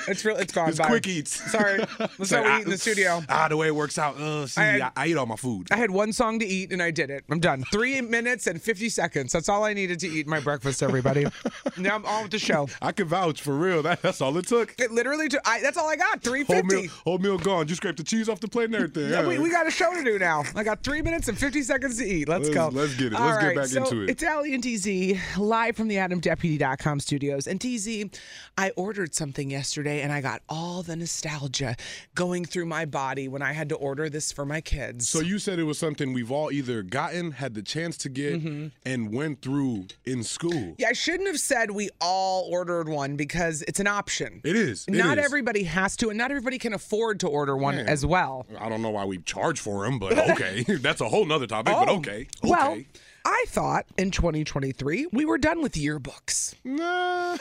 it's real. It's gone. It's Bye. quick eats. Sorry, that's It's how like, we ah, eat in the studio. Ah, the way it works out. Ugh. uh, see, had- I, I ate all my food. I had one song to eat and I did it. I'm done. Three minutes and 50 seconds. That's all I needed to eat my breakfast, everybody. now I'm on with the show. I can vouch for real. That, that's all it took. It literally took, I, that's all I got. Whole 350. meal, whole meal gone. You scraped the cheese off the plate and everything. Yeah, we, Yeah. we got a show to do now. I got three minutes and 50 seconds to eat. Let's, Let's- go. let's get it. All Let's get right, back so into it. It's Allie and DZ live from the AdamDeputy.com studios. And DZ, I ordered something yesterday and I got all the nostalgia going through my body when I had to order this for my kids. So you said it was something we've all either gotten, had the chance to get, Mm-hmm. and went through in school. yeah, I shouldn't have said we all ordered one because it's an option. It is. It not is. everybody has to, and not everybody can afford to order one Man. as well. I don't know why we charge for them, but okay, that's a whole nother topic. But Oh, okay, Well, okay. I thought in 2023 we were done with yearbooks. Nah,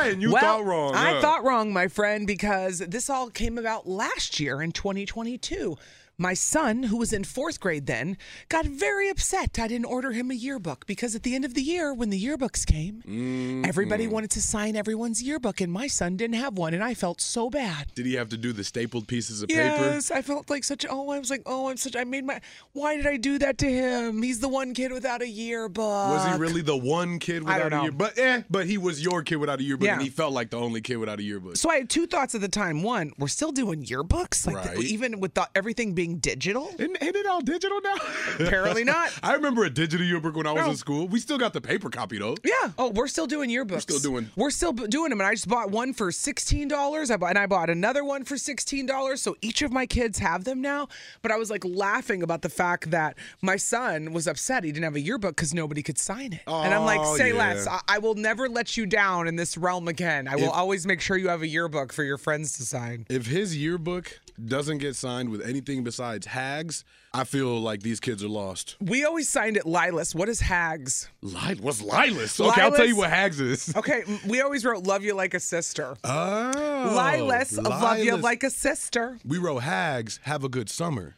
and you well, thought wrong. I huh? thought wrong, my friend, because this all came about last year in 2022. My son, who was in fourth grade then, got very upset I didn't order him a yearbook because at the end of the year, when the yearbooks came, everybody Mm-hmm. wanted to sign everyone's yearbook, and my son didn't have one, and I felt so bad. Did he have to do the stapled pieces of paper? Yes, I felt like such. Oh, I was like, oh, I'm such. I made my. Why did I do that to him? He's the one kid without a yearbook. Was he really the one kid I without don't a know. yearbook? But eh, but he was your kid without a yearbook, and Yeah. he felt like the only kid without a yearbook. So I had two thoughts at the time. One, we're still doing yearbooks, like the- Right. even with the, everything being digital. Isn't, isn't it all digital now? Apparently not. I remember a digital yearbook when I was No. in school. We still got the paper copy though. Yeah. Oh, we're still doing yearbooks. We're still doing- We're still b- doing them, and I just bought one for sixteen dollars. I bought and I bought another one for sixteen dollars. So each of my kids have them now. But I was like laughing about the fact that my son was upset he didn't have a yearbook because nobody could sign it. and I'm like, Oh, say yeah. less. I, I will never let you down in this realm again. I will always make sure you have a yearbook for your friends to sign. If his yearbook doesn't get signed with anything besides hags, I feel like these kids are lost. We always signed it Lilas. What is Hags? Lil- what's Lilas? Okay, I'll tell you Lilas? what hags is. Okay, m- we always wrote "Love you like a sister." Oh, Lilas, love you Lilas. like a sister. we wrote hags. Have a good summer.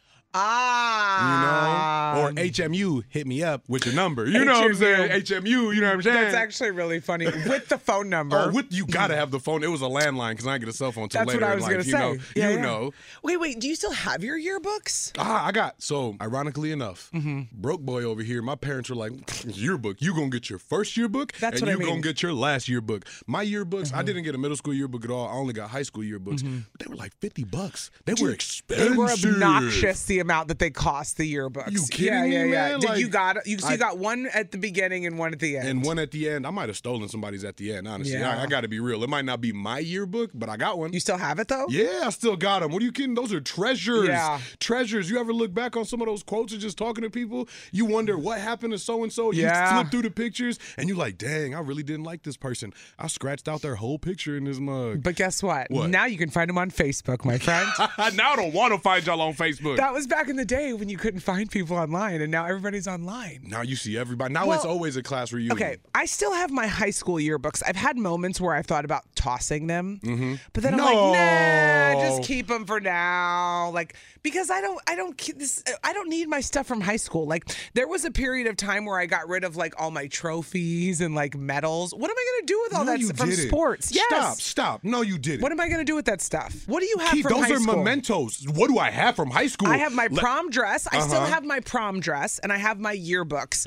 You Ah, know, or HMU, hit me up with your number. You know what I'm saying? HMU, you know what I'm saying? That's actually really funny. With the phone number. Oh, with, you gotta have the phone. It was a landline because I didn't get a cell phone until That's later what I in was life. gonna you say. know, Yeah, you yeah. know. Wait, wait. Do you still have your yearbooks? Ah, I got so ironically enough, Mm-hmm. broke boy over here. My parents were like, "Mm, yearbook. You gonna get your first yearbook, That's and what I you mean. Mm-hmm. gonna get your last yearbook. My yearbooks, I didn't get a middle school yearbook at all. I only got high school yearbooks, but they were like fifty bucks. They were expensive. They were obnoxious. The amount that they cost the yearbooks. You yeah, kidding me, yeah, yeah. man? Did you Like, got you? So I- you got one at the beginning and one at the end. And one at the end, I might have stolen somebody's at the end. Honestly, Yeah. I, I got to be real. It might not be my yearbook, but I got one. You still have it though. Yeah, I still got them. What are you kidding? Those are treasures. Yeah. Treasures. You ever look back on some of those quotes or just talking to people? You wonder what happened to so and so. You Yeah. flip through the pictures and you're like, dang, I really didn't like this person. I scratched out their whole picture in this mug. But guess what? What? Now you can find them on Facebook, my friend. now I don't want to find y'all on Facebook. that was back in the day when you couldn't find people online, and now everybody's online. now you see everybody. Now Well, it's always a class reunion. Okay, I still have my high school yearbooks. I've had moments where I've thought about tossing them, but then I'm like, nah, Mm-hmm. No. just keep them for now. Like because I don't, I don't, ke- this, I don't need my stuff from high school. Like there was a period of time where I got rid of like all my trophies and like medals. What am I gonna do with all No, that you s- from didn't. sports? Yes. Stop, stop. No, you didn't. What am I gonna do with that stuff? What do you have Keith, from those high are school? mementos. What do I have from high school? I have my Let- prom dress. I still Uh-huh. have my prom dress and I have my yearbooks.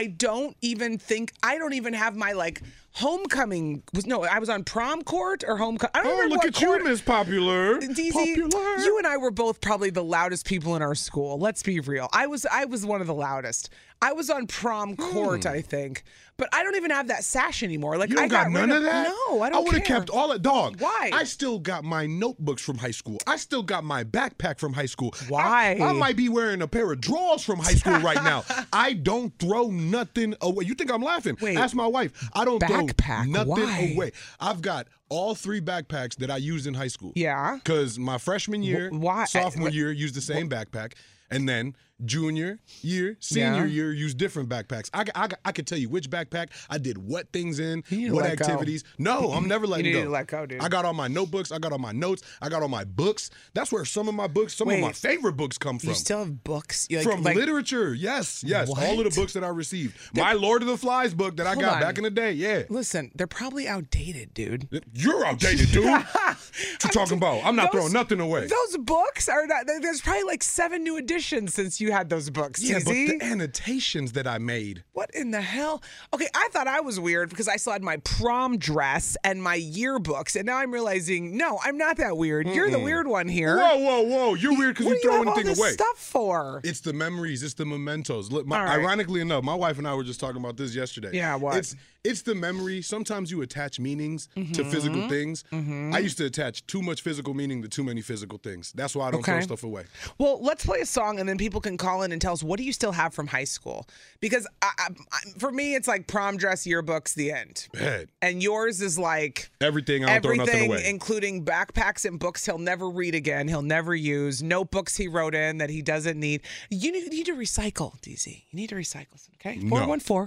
I don't even think I don't even have my like homecoming was no, I was on prom court or homecoming. I don't Oh, remember look what at court. you, Miss Popular. DZ, Popular. you and I were both probably the loudest people in our school. Let's be real. I was I was one of the loudest. I was on prom court, I think. But I don't even have that sash anymore. Like Hmm. You don't I got, got none rid of that? No, I don't. I would have care. kept all that. Dog. Why? I still got my notebooks from high school. I still got my backpack from high school. I- Why? I, might be wearing a pair of drawers from high school right now. I don't throw nothing away. You think I'm laughing? Wait. Ask my wife. I don't Backpack, throw nothing why? away. I've got all three backpacks that I used in high school. Yeah. Because my freshman year, Wh- why? sophomore year, used the same backpack. And then junior year, senior Yeah. year, use different backpacks. I, I, I could tell you which backpack I did what things in, need to what let go. activities. No, I'm never letting need go. to let go, dude. I got all my notebooks. I got all my notes. I got all my books. That's where some of my books, some of my Wait. favorite books come from. You still have books? You, like- from like- literature, yes, yes, all of What? the books that I received. My Lord of the Flies book that I Hold got on. back in the day, yeah. Listen, they're probably outdated, dude. You're outdated, dude. what you talking about? I'm not Those- throwing nothing away. Those books are not. there- There's probably like seven new editions since you had those books. yeah, but TZ. the annotations that I made. What in the hell? Okay, I thought I was weird because I still had my prom dress and my yearbooks, and now I'm realizing no, I'm not that weird. You're the weird one here. Whoa, whoa, whoa! You're weird because What do you you're have throwing all anything this away. stuff for? It's the memories. It's the mementos. Look, my, All right. ironically enough, my wife and I were just talking about this yesterday. Yeah, what? It's it's the memory. Sometimes you attach meanings to Mm-hmm. physical things. I used to attach too much physical meaning to too many physical things. That's why I don't throw Okay. stuff away. Well, let's play a song, and then people can call in and tell us what do you still have from high school? Because I, I, I- for me, it's like prom dress, yearbooks, the end. Bad. And yours is like Everything. I don't throw nothing everything, away. including backpacks and books he'll never read again, he'll never use, notebooks he wrote in that he doesn't need. You need, you need to recycle, DZ. You need to recycle, okay? 414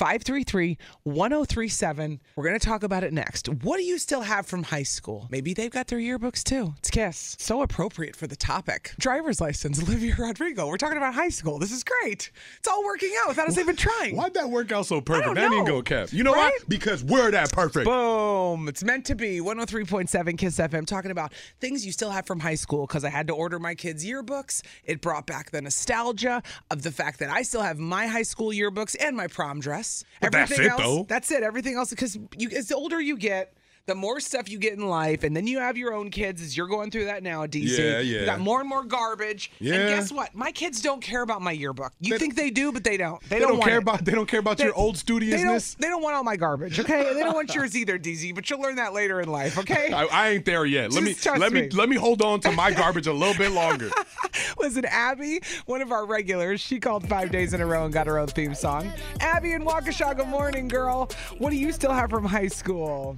533 1037. We're going to talk about it next. What do you still have from high school? Maybe they've got their yearbooks too. It's Kiss. So appropriate for the topic. Driver's license, Olivia Rodrigo. We're talking about high school. This is great. It's all working out without us even trying. Why'd that work out so perfect? don't That ain't know. go cap. You know why? Right? Because we're that perfect. Boom. It's meant to be. 103.7 Kiss FM talking about things you still have from high school because I had to order my kids' yearbooks. It brought back the nostalgia of the fact that I still have my high school yearbooks and my prom dress. But that's it, else, though. That's it. Everything else, because you, as the older you get, the more stuff you get in life, and then you have your own kids as you're going through that now, DC. Yeah, You yeah. got more and more garbage. And Yeah. guess what? My kids don't care about my yearbook. You They- think they do, but they don't. They, they don't, want care it. about. They don't care about your old They don't, studiousness. they don't want all my garbage, okay? And they don't want yours either, DZ, but you'll learn that later in life, okay? I, I ain't there yet. Let me Just trust let me, me. let me hold on to my garbage a little bit longer. Listen, Abby, one of our regulars, she called five days in a row and got her own theme song. Abby and Waukesha, good morning, girl. What do you still have from high school?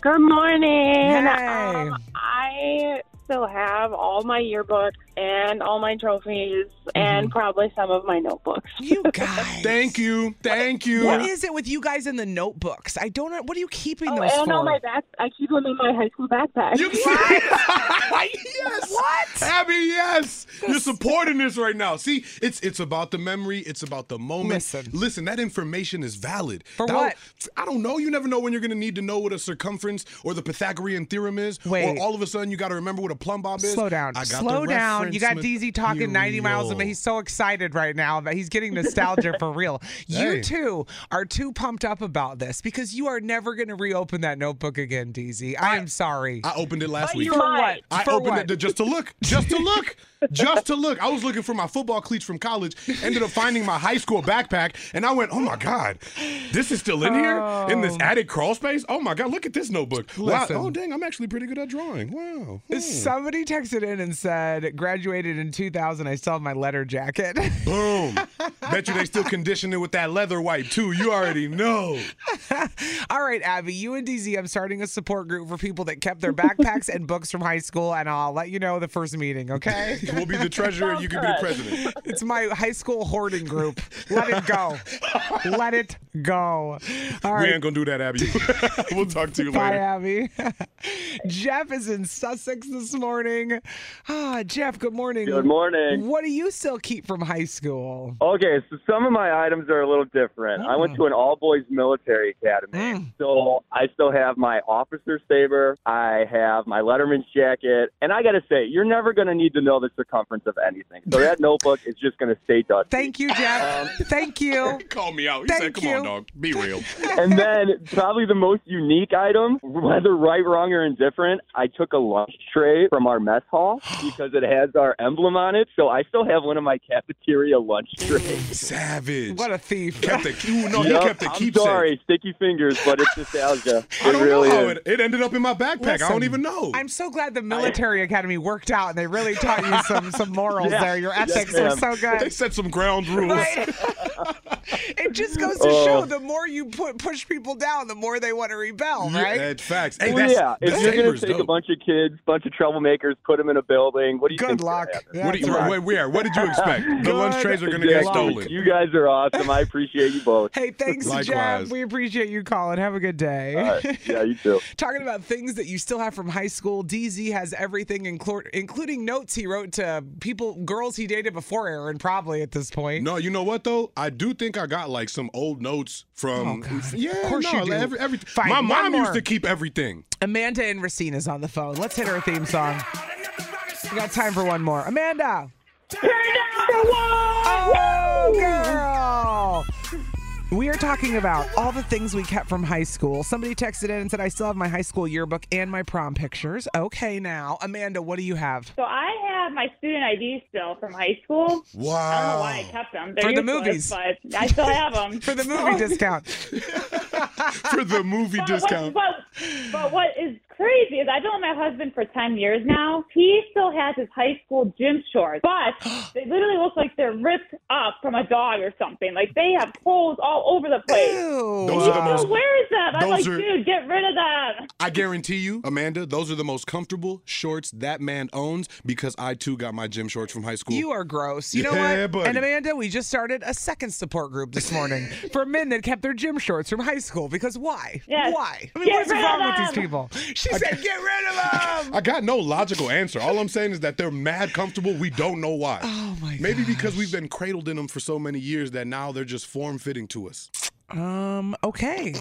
Good morning. uh, Hey. Um, I still have all my yearbooks and all my trophies Mm-hmm. and probably some of my notebooks. You guys. Thank you, thank you. What is it with you guys in the notebooks? I don't know. What are you keeping Oh, those and for? all my back. I keep them in my high school backpack. You yes. What? Abby, yes. You're supporting this right now. See, it's it's about the memory. It's about the moment. Listen. that information is valid. For That- what? I don't know. You never know when you're gonna need to know what a circumference or the Pythagorean theorem is. Wait. Or all of a sudden you gotta remember what a plumb bob is. Slow down. I got Slow the down. You got reference DZ talking 90 miles a minute. material. He's so excited right now that he's getting nostalgia for real. You Hey. two are too pumped up about this because you are never going to reopen that notebook again, DZ. I, am sorry. I opened it last week. you might. I For opened what? it to, just to look, just to look, just to look. I was looking for my football cleats from college. Ended up finding my high school backpack, and I went, "Oh my god, this is still in here in this attic crawl space. Oh my god, look at this notebook. Wow. Um, Listen. Oh dang, I'm actually pretty good at drawing. Wow. Hmm. Somebody texted in and said, graduated in 2000. I still have my letter jacket. Boom. Bet you they still condition it with that leather wipe too. You already know. All right, Abby, you and DZ, I'm starting a support group for people that kept their backpacks and books from high school, and I'll let you know the first meeting, okay? We'll be the treasurer. You can be the president. It's my high school hoarding group. Let it go. Let it go. All We right. ain't gonna do that, Abby. we'll talk to you Bye, later. Abby. Jeff is in Sussex this morning. Ah, Jeff, good morning. Good morning. What do you still keep from high school? Okay, so some of my items are a little different. I Oh. went to an all boys military academy, Hmm. so I still have my officer saber, I have my letterman's jacket, and I gotta say, you're never gonna need to know the circumference of anything. So that notebook is just gonna stay dusty. Thank you, Jeff. Um, Thank you. Call me out. He Thank said, "Come you. on, dog. Be real." and then probably the most unique item, whether right, wrong, or indifferent, I took a lunch tray from our mess hall because it has our emblem on it. So I still have one of my cafeteria lunch trays. Savage. What a thief. kept the you know Yep, he kept the I'm keepsake. sorry, sticky fingers, but it's nostalgia. It I don't really know how is. it, it ended up in my backpack. I Listen, don't even know. I'm so glad the military academy worked out and they really taught you some some morals Yeah. there. Your Yes, ethics were ma'am. so they good. set some ground rules. Right? it just goes to Oh. show the more you put push people down, the more they want to rebel, right? Yeah, it's facts. Hey, Well, that's, yeah, the if you're gonna Saber's take a dope. bunch of kids, bunch of troublemakers, put them in a building, what do you Good think's gonna luck. happen? What do you, That's right. wait, where? What did you expect? The lunch trays are going to get Exactly. stolen. You guys are awesome. I appreciate you both. Hey, thanks, Jeff. Likewise. We appreciate you calling. Have a good day. All right. Yeah, you too. Talking about things that you still have from high school, DZ has everything, inclu- including notes he wrote to people, girls he dated before Aaron, probably at this point. No, you know what though? I do think I got like some old notes Oh, from. God. Yeah, Of course no, you do. like, every- everything. Fine, My one mom more. used to keep everything. Amanda and Racina's on the phone. Let's hit her theme song. We got time for one more. Amanda. Oh, girl. We are talking about all the things we kept from high school. Somebody texted in and said, I still have my high school yearbook and my prom pictures. Okay, now. Amanda, what do you have? So I have my student ID still from high school. I don't know why I Wow. kept them. They're For the useless, movies. but I still have them For the movie discount. For the movie But, discount. What, but, but what is crazy is I've known my husband for 10 years now. He still has his high school gym shorts, but they literally look like they're ripped up from a dog or something. Like they have holes all over the place. Ew. Those are the Who most, wears them? I'm Those like, are- dude, get rid of them. I guarantee you, Amanda, those are the most comfortable shorts that man owns because I too got my gym shorts from high school. You are gross. You know Yeah, what? buddy. And Amanda, we just started a second support group this morning for men that kept their gym shorts from high school because why? Yes. Why? I mean, Get what's rid of wrong with them. these people? She said, "Get rid of them." I got no logical answer. All I'm saying is that they're mad comfortable. We don't know why. Oh my Maybe because we've been cradled in them for so many years that now they're just form fitting to us. Um. Okay.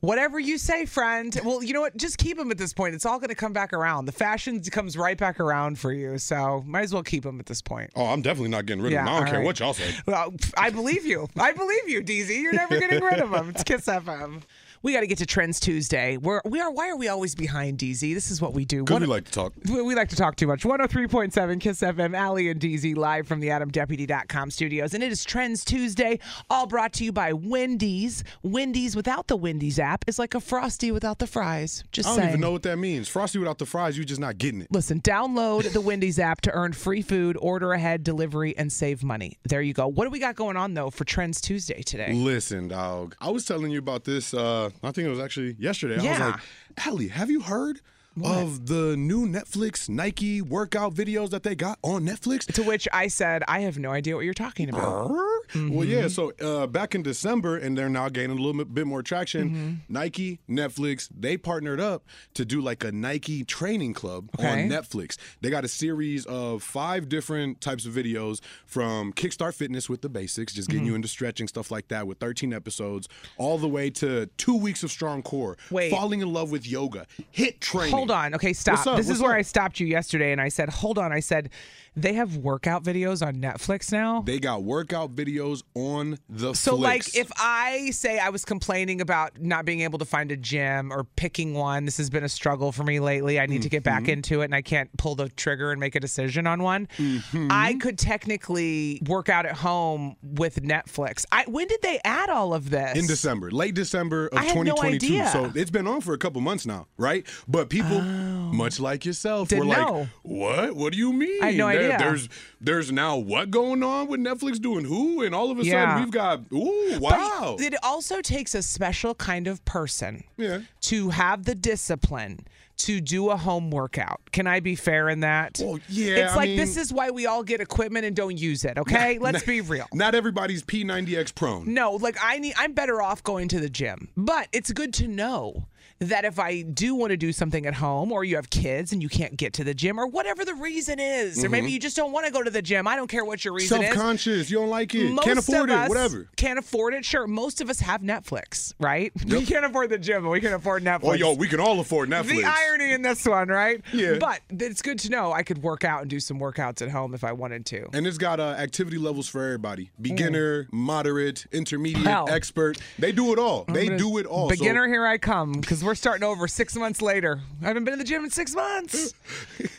Whatever you say, friend. Well, you know what? Just keep them at this point. It's all going to come back around. The fashion comes right back around for you, so might as well keep them at this point. Oh, I'm definitely not getting rid Yeah, of them. I all don't care right. what y'all say. Well, pff, I believe you. I believe you, DZ. You're never getting rid of them. It's Kiss FM. We got to get to Trends Tuesday. We're, we are. Why are we always behind DZ? This is what we do. Because One- we like to talk. we, we like to talk too much. 103.7 Kiss FM, Allie and DZ live from the AdamDeputy.com studios. And it is Trends Tuesday, all brought to you by Wendy's. Wendy's without the Wendy's app is like a Frosty without the fries. Just I don't saying. even know what that means. Frosty without the fries, you're just not getting it. Listen, download the Wendy's app to earn free food, order ahead, delivery, and save money. There you go. What do we got going on, though, for Trends Tuesday today? Listen, dog. I was telling you about this. Uh, I think it was actually yesterday. I was Yeah. like, Allie, have you heard of the new Netflix Nike workout videos that they got on Netflix? To which I said, I have no idea what you're talking about. Well, yeah. So uh, back in December, and they're now gaining a little bit, bit more traction. Mm-hmm. Nike, Netflix, they partnered up to do like a Nike training club Okay. on Netflix. They got a series of five different types of videos from Kickstart Fitness with the basics, just Mm-hmm. getting you into stretching stuff like that, with 13 episodes, all the way to two weeks of strong core, Wait. falling in love with yoga, hit training. Hold on. Okay, stop. What's up? This is What's where up? I stopped you yesterday and I said, hold on. I said, they have workout videos on Netflix now. They got workout videos on the so, flicks. like, if I say I was complaining about not being able to find a gym or picking one, this has been a struggle for me lately. I need to get Mm-hmm. back into it and I can't pull the trigger and make a decision on one. Mm-hmm. I could technically work out at home with Netflix. I, when did they add all of this? in December, late December of I had no 2022. idea. So it's been on for a couple months now, right? But people, much like yourself, Oh. Didn't were like, know. "What? What do you mean? I had no idea." There's there's now what going on with Netflix doing who, and all of a Yeah. sudden we've got ooh But wow, It also takes a special kind of person yeah. to have the discipline to do a home workout. Can I be fair in that? Well, yeah, It's I like this mean- is why we all get equipment and don't use it, okay? Let's be real. Not everybody's P90X prone. No, like I need I'm better off going to the gym. But it's good to know that if I do want to do something at home or you have kids and you can't get to the gym or whatever the reason is, or maybe you just don't want to go to the gym. I don't care what your reason is. Mm-hmm. Self-conscious, you don't like it, Most can't afford of it, us whatever. Can't afford it. Sure, most of us have Netflix, right? We can't afford the gym, but we can afford Netflix. Oh, yo, we can all afford Netflix. The irony in this one, right? Yeah. But it's good to know I could work out and do some workouts at home if I wanted to. And it's got uh, activity levels for everybody: beginner, moderate, intermediate, Mm. Hell. Mm-hmm. expert. They do it all. They do it all. So- Beginner, here I come, because we're starting over six months later. I haven't been to the gym in six months.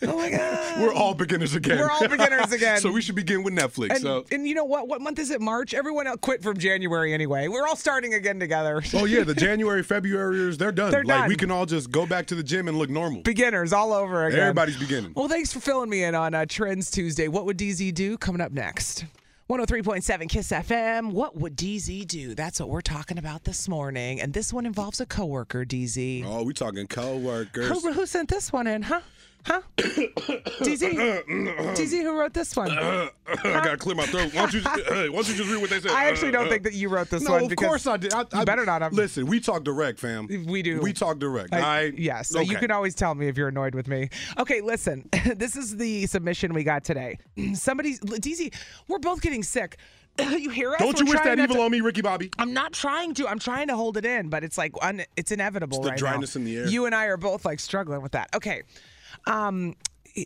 oh my god. We're all beginners again. We're all beginners again. so we should begin with Netflix. and, so. and you know what? What month is it? March. Everyone else quit from January anyway. We're all starting again together. Oh yeah, the January Februaryers they're done. They're like we done. can all just go back to the gym and look normal. Beginners all over again. Everybody's beginning. Well, thanks for filling me in on uh, Trends Tuesday. What would DZ do? Coming up next. 103.7 Kiss FM. What would DZ do? That's what we're talking about this morning. And this one involves a coworker, DZ. Oh, we talking coworkers. Who, who sent this one in, huh? Huh? DZ? DZ, who wrote this one? I gotta clear my throat. Why don't you, uh, why don't you just read what they said? Uh, I actually don't think that you wrote this No, one. of because course I did. I, I you better not have- Listen, we talk direct, fam. We do. We talk direct. All I- right. Yes. So you Okay. can always tell me if you're annoyed with me. Okay, listen. this is the submission we got today. Somebody's DZ, we're both getting sick. you hear us? Don't you We're wish trying that not to- evil on me, Ricky Bobby? I'm not trying to. I'm trying to hold it in, but it's like un, it's inevitable. It's the right dryness now. in the air. You and I are both like struggling with that. Okay. Um,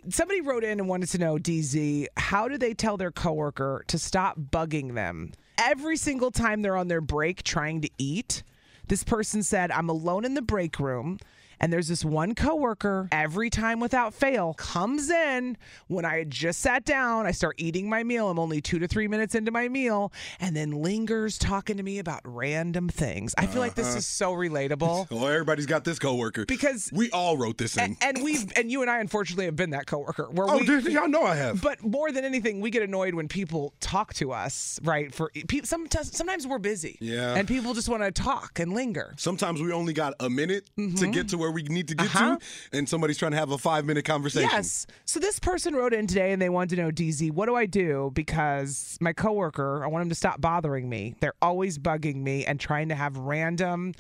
somebody wrote in and wanted to know, DZ, how do they tell their coworker to stop bugging them every single time they're on their break trying to eat? This person said, "I'm alone in the break room." And there's this one coworker every time without fail comes in when I had just sat down. I start eating my meal. I'm only two to three minutes into my meal and then lingers talking to me about random things. I feel like this is so relatable. Oh, Uh-huh. everybody's got this coworker. Because- we all wrote this in. and, and we've and you and I unfortunately have been that coworker where oh, we dude, y'all know I have. but more than anything, we get annoyed when people talk to us, right? For pe- sometimes, sometimes we're busy, Yeah. and people just want to talk and linger. Sometimes we only got a minute to get to where we need to get Mm-hmm. Uh-huh. to, and somebody's trying to have a five minute conversation. Yes. So this person wrote in today and they wanted to know, DZ, what do I do? Because my coworker, I want him to stop bothering me. They're always bugging me and trying to have random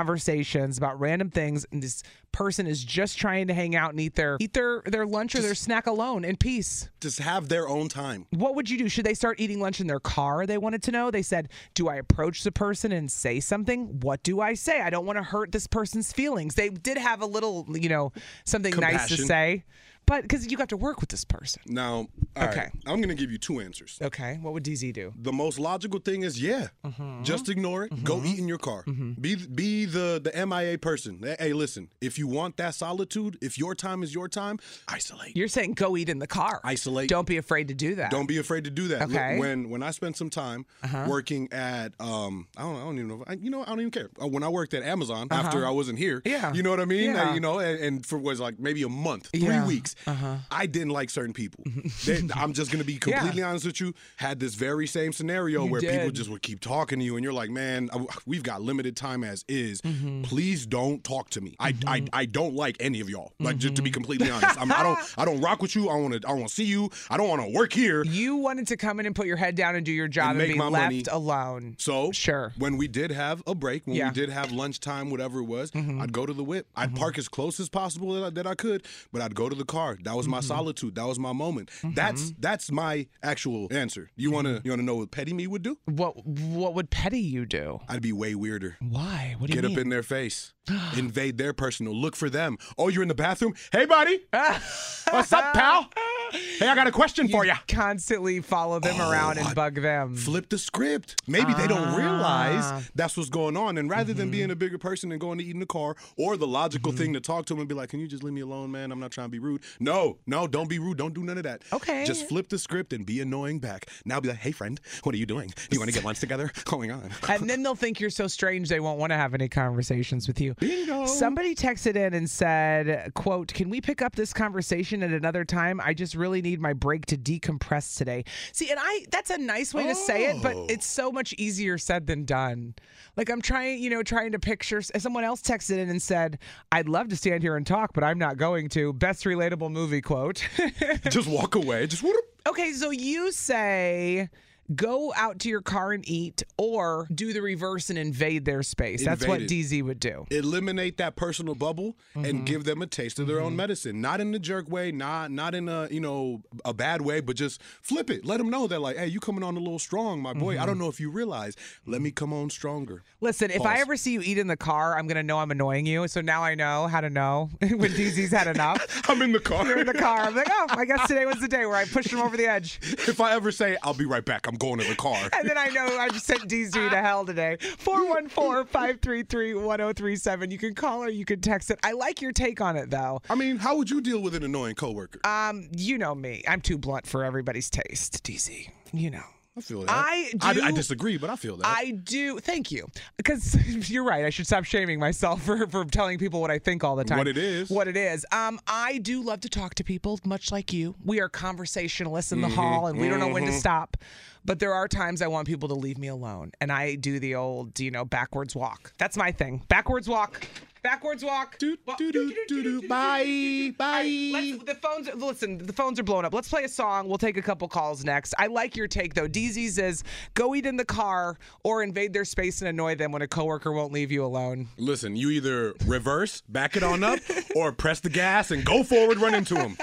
conversations about random things. And this person is just trying to hang out and eat their eat their, their lunch or their snack alone in peace. Just have their own time. what would you do? Should they start eating lunch in their car? They wanted to know. They said, Do I approach the person and say something? What do I say? I don't want to hurt this person's feelings. They did have a little, you know, something nice to Compassion. say, but because you got to work with this person. Now, all right, Okay. I'm going to give you two answers. Okay. What would DZ do? Mm-hmm. The most logical thing is, yeah, just ignore it. Go eat in your car. Be be the the MIA person. Hey, listen, if you want that solitude, if your time is your time, isolate. You're saying go eat in the car. Isolate. Don't be afraid to do that. Don't be afraid to do that. Look, Okay. Uh-huh. when when I spent some time working at um I don't I don't even know if I, you know I don't even care. Uh, When I worked at Amazon after I wasn't here, Uh-huh. Yeah. you know what I mean. Yeah. Uh, you know, and, and for was like maybe a month, Yeah. Uh-huh. three weeks. I didn't like certain people. They- I'm just gonna be completely honest with you. Had this very same scenario where people did. just would keep talking to you, and you're like, man, I- we've got limited time as is. Mm-hmm. Please don't talk to me. I, I I don't like any of y'all. Like just Mm-hmm. to be completely honest, I'm, I don't I don't rock with you. I want to I want to see you. I don't want to work here. You wanted to come in and put your head down and do your job and, And make be my left money. alone. So Sure. when we did have a break, when Yeah. Mm-hmm. we did have lunchtime, whatever it was, I'd go to the whip. I'd park as close as possible that I, that I could, but I'd go to the car. That was Mm-hmm. my solitude. That was my moment. That's that's my actual answer. You wanna you wanna know what petty me would do? Mm-hmm. What What would petty you do? I'd be way weirder. Why? What do Get you up in their face, invade their personal, look for them. Oh, you're in the bathroom. Hey, buddy, what's up, pal? Hey, I got a question for ya. Oh, Constantly follow them around and I- bug them. Ah. flip the script. Maybe they don't realize that's what's going on. And rather than being a bigger person and going to eat in the car or the logical thing to talk to them and be like, can you just leave me alone, man? I'm not trying to be rude. No, no, don't be rude. Don't do none of that. Okay. Just flip the script and be annoying back. Now be like, hey, friend, what are you doing? Do you want to get lunch together? Going on. and then they'll think you're so strange they won't want to have any conversations with you. Bingo. Somebody texted in and said, quote, can we pick up this conversation at another time? I just really need my break to decompress today. See, and I that's a nice way to say it, but Oh. it's so much easier said than done. Like I'm trying, you know, trying to picture someone else texted in and said, I'd love to stand here and talk, but I'm not going to. Best relatable movie quote. just walk away. Just whoop. Okay, so you say go out to your car and eat, or do the reverse and invade their space. That's what Invade it. DZ would do. Mm-hmm. eliminate that personal bubble and give them a taste of their own medicine not in a jerk way not not in a you know a bad way but just flip it let them know that like hey you coming on a little strong my boy i don't know if you realize let me come on stronger Mm-hmm. Listen, if I Pause. ever see you eat in the car, I'm gonna know I'm annoying you. So now I know how to know when DZ's had enough. i'm in the car You're in the car. I'm like, oh, I guess today was the day where I pushed him over the edge. if i ever say i'll be right back i'm going to the car And then I know I've sent DZ to hell today. 414 533 1037. You can call or you can text it. I like your take on it, though. i mean how would you deal with an annoying coworker Um, you know me. I'm too blunt for everybody's taste, DZ. You know. I feel that. I do- I, disagree, but I feel that. I do. Thank you. Because you're right. I should stop shaming myself for, for telling people what I think all the time. What it is. What it is. Um, I do love to talk to people, much like you. We are conversationalists in the hall, and we don't know when to stop. But there are times I want people to leave me alone, and I do the old, you know, backwards walk. That's my thing. Backwards walk. Backwards walk. Do, Walk. do, do, do, do. Bye, All right, bye. let's- the phones. Listen, the phones are blowing up. Let's play a song. We'll take a couple calls next. I like your take though. DZ says, "Go eat in the car or invade their space and annoy them when a coworker won't leave you alone." Listen, you either reverse, back it on up, or press the gas and go forward, run into him.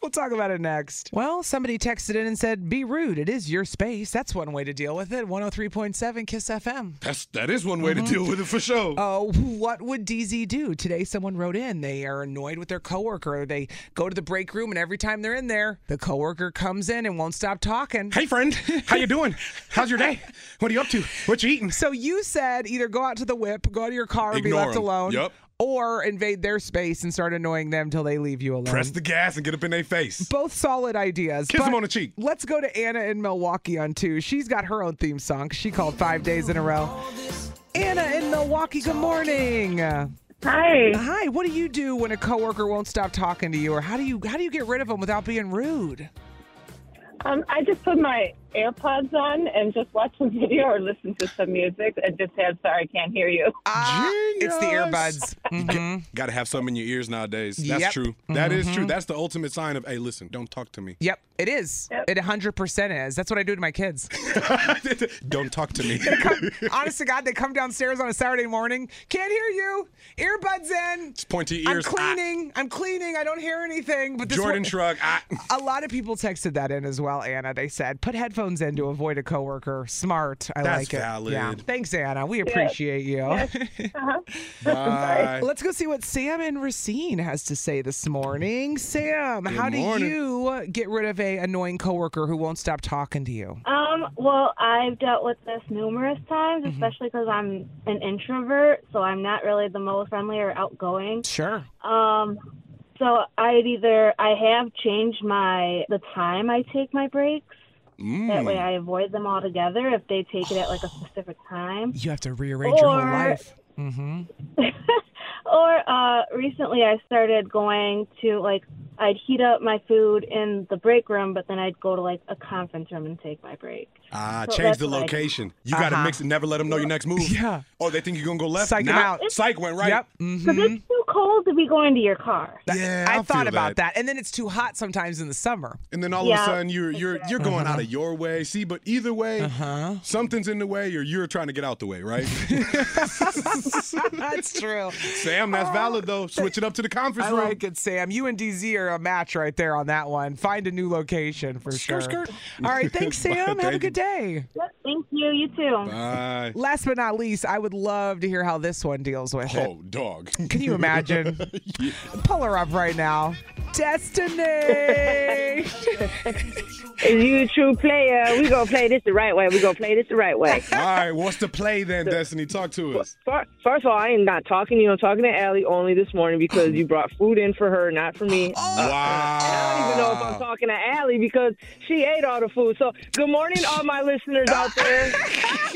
We'll talk about it next. Well, somebody texted in and said, "Be rude. It is your space." That's one oh way to deal with it. 103.7 Kiss FM. That's that is one way Mm-hmm. to deal with it for sure. Oh, what would DZ do? Today, someone wrote in. They are annoyed with their coworker. They go to the break room, and every time they're in there, the coworker comes in and won't stop talking. hey friend, how you doing? How's your day? What are you up to? What you eating? So you said either go out to the whip, go to your car, and be Ignore left 'em. alone, Yup. or invade their space and start annoying them till they leave you alone. Press the gas and get up in their face. Both solid ideas. Kiss 'em but on the cheek. Let's go to Anna in Milwaukee on two. She's got her own theme song. She called five days in a row. Anna in Milwaukee, good morning. Hi. Hi, what do you do when a coworker won't stop talking to you, or how do you how do you get rid of them without being rude? Um, I just put my AirPods on and just watch a video or listen to some music and just say, I'm sorry, I can't hear you. Ah, it's the Genius. earbuds. Mhm. Got to have something in your ears nowadays. That's Yep. Mm-hmm. true. That is true. That's the ultimate sign of hey, listen, don't talk to me. Yep, it is. Yep. It 100% is. That's what I do to my kids. don't talk to me. Honest to God, they come downstairs on a Saturday morning. Can't hear you. Earbuds in. Pointy I'm ears. ah. cleaning. I'm cleaning. I don't hear anything. But this Jordan one- shrug. ah. a lot of people texted that in as well, Anna. They said put headphones in to avoid a coworker. Smart. I That's like it. Yeah. valid. Thanks, Anna. We appreciate you. Uh-huh. Bye. Let's go see what Sam in Racine has to say this morning. Sam, how morning. do you get rid of a annoying coworker who won't stop talking to you? Um, well, I've dealt with this numerous times, Mm-hmm. especially 'cause I'm an introvert, so I'm not really the most friendly or outgoing. Sure. Um, so I'd either I have changed my the time I take my breaks. That Mm. Mm. way, I avoid them altogether if they take it at like a specific time. You have to rearrange your whole Or- life. Mm-hmm. Or uh, recently, I started going to like I'd heat up my food in the break room, but then I'd go to like a conference room and take my break. Ah, So change that's the what I do. location. You got to Uh-huh. mix it. Never let them know your next move. Yeah. Oh, they think you're gonna go left. Psych 'em Nah, out. Psych went right. Yep. Mm-hmm. Because it's too cold to be going to your car. Yeah, I, I thought feel about that. And then it's too hot sometimes in the summer. Uh-huh. And then all of a Yeah. sudden you're you're you're going out of your way. See, but either way, Huh? something's in the way, or you're trying to get out the way, right? That's true. Sam, that's valid though. Switch it up to the conference I room. like it, Sam. You and DZ are a match right there on that one. Find a new location for Skirt, sure. skirt. All right, thanks, Sam. Have a Thank good day. Yep, Thank you. You too. Bye. Last but not least, I would love to hear how this one deals with it. Oh, dog. Can you imagine? Pull her up right now. Destiny. If you a true player, we gonna play this the right way. We gonna play this the right way. all right, what's the play then, Destiny? Talk to us. Fir- First of all, I am not talking to you. I'm talking to Allie only this morning because you brought food in for her, not for me. Oh, Uh, Wow. I don't even know if I'm talking to Allie because she ate all the food. So, good morning, all my listeners out there.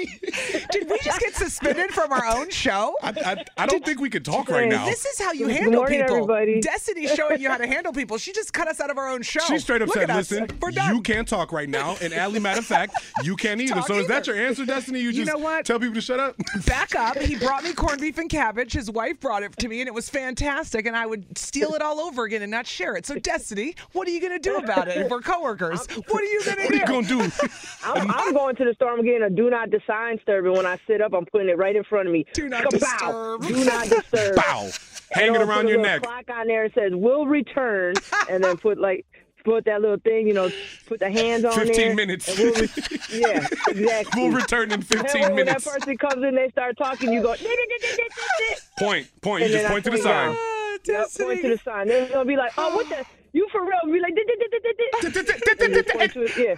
Did we just get suspended from our own show? I, I, I don't think we could talk right now. Oh? This is how you Good handle morning, people. everybody. Destiny's showing you how to handle people. She just cut us out of our own show. She straight up Look said, at us. "Listen, we're done. you can't talk right now." And Allie, matter of fact, you can't either. Talk so is that either. your answer, Destiny? You, just know what? tell people to shut up. back up. He brought me corned beef and cabbage. His wife brought it to me, and it was fantastic. And I would steal it all over again and not share it. So, Destiny, what are you going to do about it? If we're coworkers, what are you going what are to you do? gonna do? I'm, I'm going to the store. I'm getting a do not disturb. and When I sit up, I'm putting it right in front of me. Do not Kabow. disturb. Do not disturb. Bow, And hanging I'll put around a your little neck. Clock on there and says "will return," and then put like put that little thing, you know, put the hands on 15 there. minutes. and we'll re- yeah, exactly. We'll return in And 15 when minutes. that person comes in, they start talking. You go. "Dit, dit, dit, dit, dit, dit." Point, point. You And just then I point to the point sign. out. Ah, Yep, point to Destiny. the sign. They're gonna be like, "Oh, what the? You for real?" Be like, "Dit, dit, dit, dit, dit, dit." And just point to it. Yeah.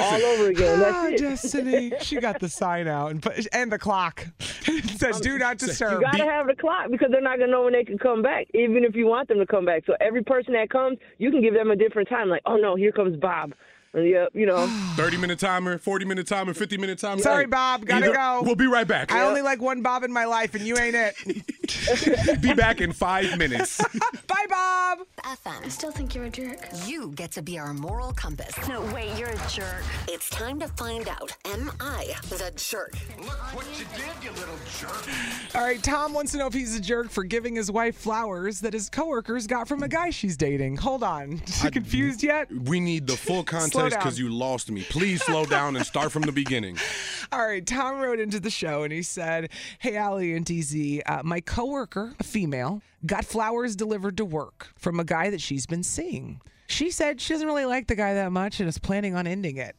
All over again. Ah, That's it. Destiny. She got the sign out and put, and the clock. it says, "Do not Um, You disturb." gotta have the clock because they're not gonna know when they can come back, even if you want them to come back. So every person that comes, you can give them a different time. Like, oh no, here comes Bob. Yep, you know. 30 minute timer, 40 minute timer, 50 minute timer. Sorry, Bob. Gotta Either- go. We'll be right back. I only like one Bob in my life, and you ain't it. be back in five minutes. Bye, Bob. FM. I still think you're a jerk. You get to be our moral compass. No, wait, you're a jerk. It's time to find out. Am I the jerk? Look what you did, you little jerk. All right, Tom wants to know if he's a jerk for giving his wife flowers that his coworkers got from a guy she's dating. Hold on. You confused yet? We need the full context down. because you lost me. Please slow down and start from the beginning. All right, Tom wrote into the show and he said, Hey, Allie and DZ, uh, my coworker, a female, got flowers delivered to work from a guy that she's been seeing. She said she doesn't really like the guy that much and is planning on ending it.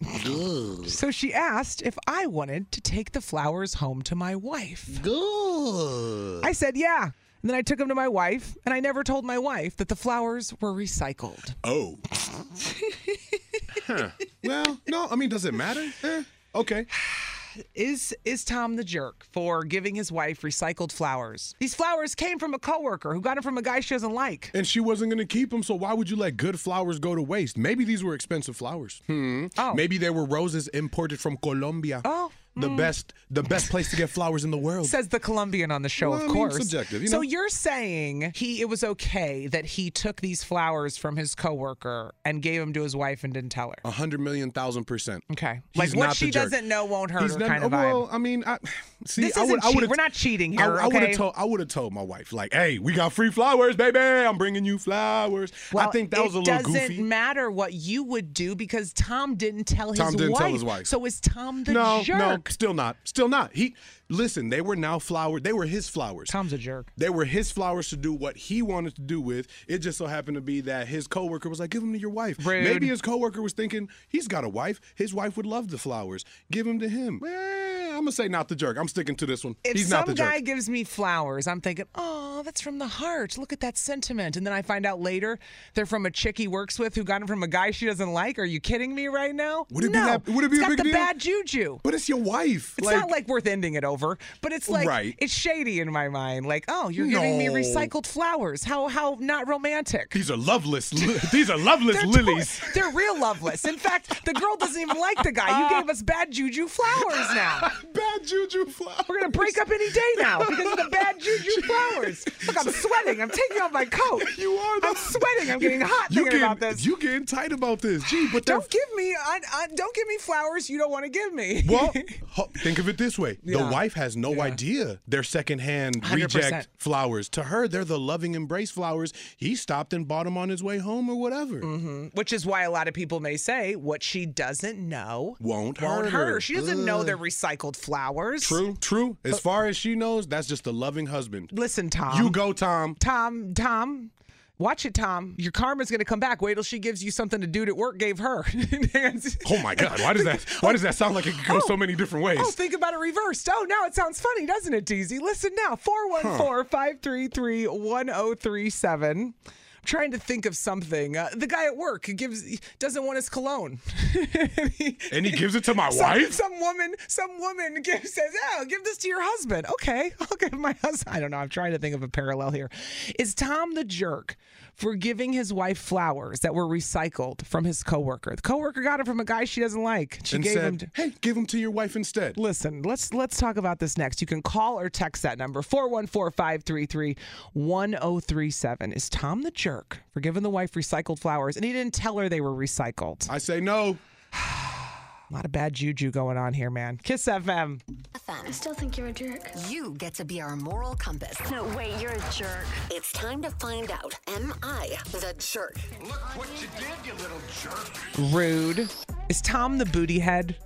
So she asked if I wanted to take the flowers home to my wife. I said, Yeah. And then I took them to my wife, and I never told my wife that the flowers were recycled. Oh. Huh. Well, no, I mean, does it matter? Eh, okay. Is is Tom the jerk for giving his wife recycled flowers? These flowers came from a coworker who got them from a guy she doesn't like. And she wasn't going to keep them, so why would you let good flowers go to waste? Maybe these were expensive flowers. Hmm. Oh. Maybe they were roses imported from Colombia. Oh. The best the best place to get flowers in the world. hmm. Says the Colombian on the show, Well, of I mean, course. subjective, you So know? you're saying he it was okay that he took these flowers from his coworker and gave them to his wife and didn't tell her. A hundred million thousand percent. Okay. He's like what not she the jerk. doesn't know won't hurt He's her not- kind of vibe. well, I mean, I, see, This I would, isn't I cheat- would've- we're not cheating here, I, I would okay? have told, I would have told my wife, like, "Hey, we got free flowers, baby. I'm bringing you flowers." I Well, think that was a it little doesn't goofy. matter what you would do because Tom didn't tell his Tom wife. didn't tell his wife. So is Tom the no, jerk? no, still not, still not. He listen. They were now flowers. They were his flowers. Tom's a jerk. They were his flowers to do what he wanted to do with. It just so happened to be that his coworker was like, "Give them to your wife." Rude. Maybe his coworker was thinking he's got a wife. His wife would love the flowers. Give them to him. Eh, I'm gonna say not the jerk. I'm sticking to this one. If he's some not the jerk. guy gives me flowers, I'm thinking, oh, that's from the heart. Look at that sentiment. And then I find out later they're from a chick he works with who got them from a guy she doesn't like. Are you kidding me right now? Would it be no. that- would it be It's a got big the deal? bad juju. But it's your wife. It's not like worth ending it over, but it's like Right. it's shady in my mind. Like, oh, you're giving me No. recycled flowers. How how not romantic. these are loveless. li- these are loveless lilies. They're real loveless. In fact, the girl doesn't even like the guy. You gave us bad juju flowers now. Uh. Bad juju flowers. We're gonna break up any day now because of the bad juju flowers. Look, I'm sweating. I'm taking off my coat. You are. I'm sweating. I'm getting hot You thinking getting, about this. You getting tight about this? Gee, but don't that- give me. I, I, don't give me flowers you don't want to give me. Well, ho- think of it this way: Yeah. the wife has no idea they're secondhand 100%. reject flowers. To her, they're the loving embrace flowers. He stopped and bought them on his way home or whatever. Which is why a lot of people may say what she doesn't know Won't, won't hurt hurt. her. She doesn't know they're recycled flowers. True, true. As far as she knows, that's just a loving husband. Listen, Tom. You go, Tom. Tom, Tom, watch it, Tom. Your karma's gonna come back. Wait till she gives you something a dude at work gave her. Oh my God! Why does that? Why does that sound like it could go so many different ways? Oh, think about it reversed. Oh, now it sounds funny, doesn't it, DZ? Listen now 414 533 1037. I'm trying to think of something. Uh, the guy at work gives doesn't want his cologne. And he- and he gives it to my some, wife. Some woman, some woman gives, says, "Oh, give this to your husband." Okay, I'll give my husband. I don't know. I'm trying to think of a parallel here. Is Tom the jerk for giving his wife flowers that were recycled from his coworker? The coworker got it from a guy she doesn't like. She and gave said, him. to- "Hey, give them to your wife instead." Listen, let's let's talk about this next. You can call or text that number 414-533-1037. Is Tom the jerk for giving the wife recycled flowers and he didn't tell her they were recycled? I say no. A lot of bad juju going on here, man. Kiss FM. I still think you're a jerk. You get to be our moral compass. No, wait, you're a jerk. It's time to find out. Am I the jerk? Look what you did, you little jerk. Rude. Is Tom the booty head?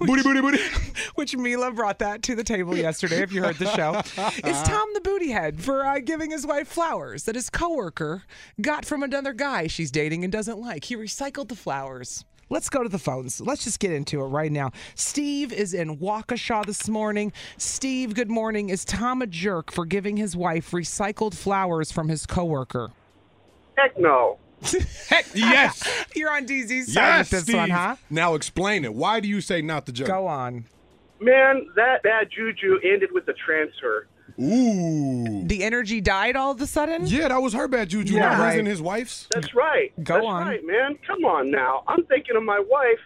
booty, booty, booty. Which Mila brought that to the table yesterday, if you heard the show. Is Tom the booty head for uh, giving his wife flowers that his coworker got from another guy she's dating and doesn't like? He recycled the flowers. Let's go to the phones. Let's just get into it right now. Steve is in Waukesha this morning. Steve, good morning. Is Tom a jerk for giving his wife recycled flowers from his coworker? Heck no. Heck yes. You're on DZ's side with Yes, this Steve. one, huh? Now explain it. Why do you say not the jerk? Go on. Man, that bad juju ended with the transfer. Ooh. The energy died all of a sudden? Yeah, that was her bad juju, Yeah. not hers Right. and his wife's. That's right. Go That's on. right, man. Come on now. I'm thinking of my wife.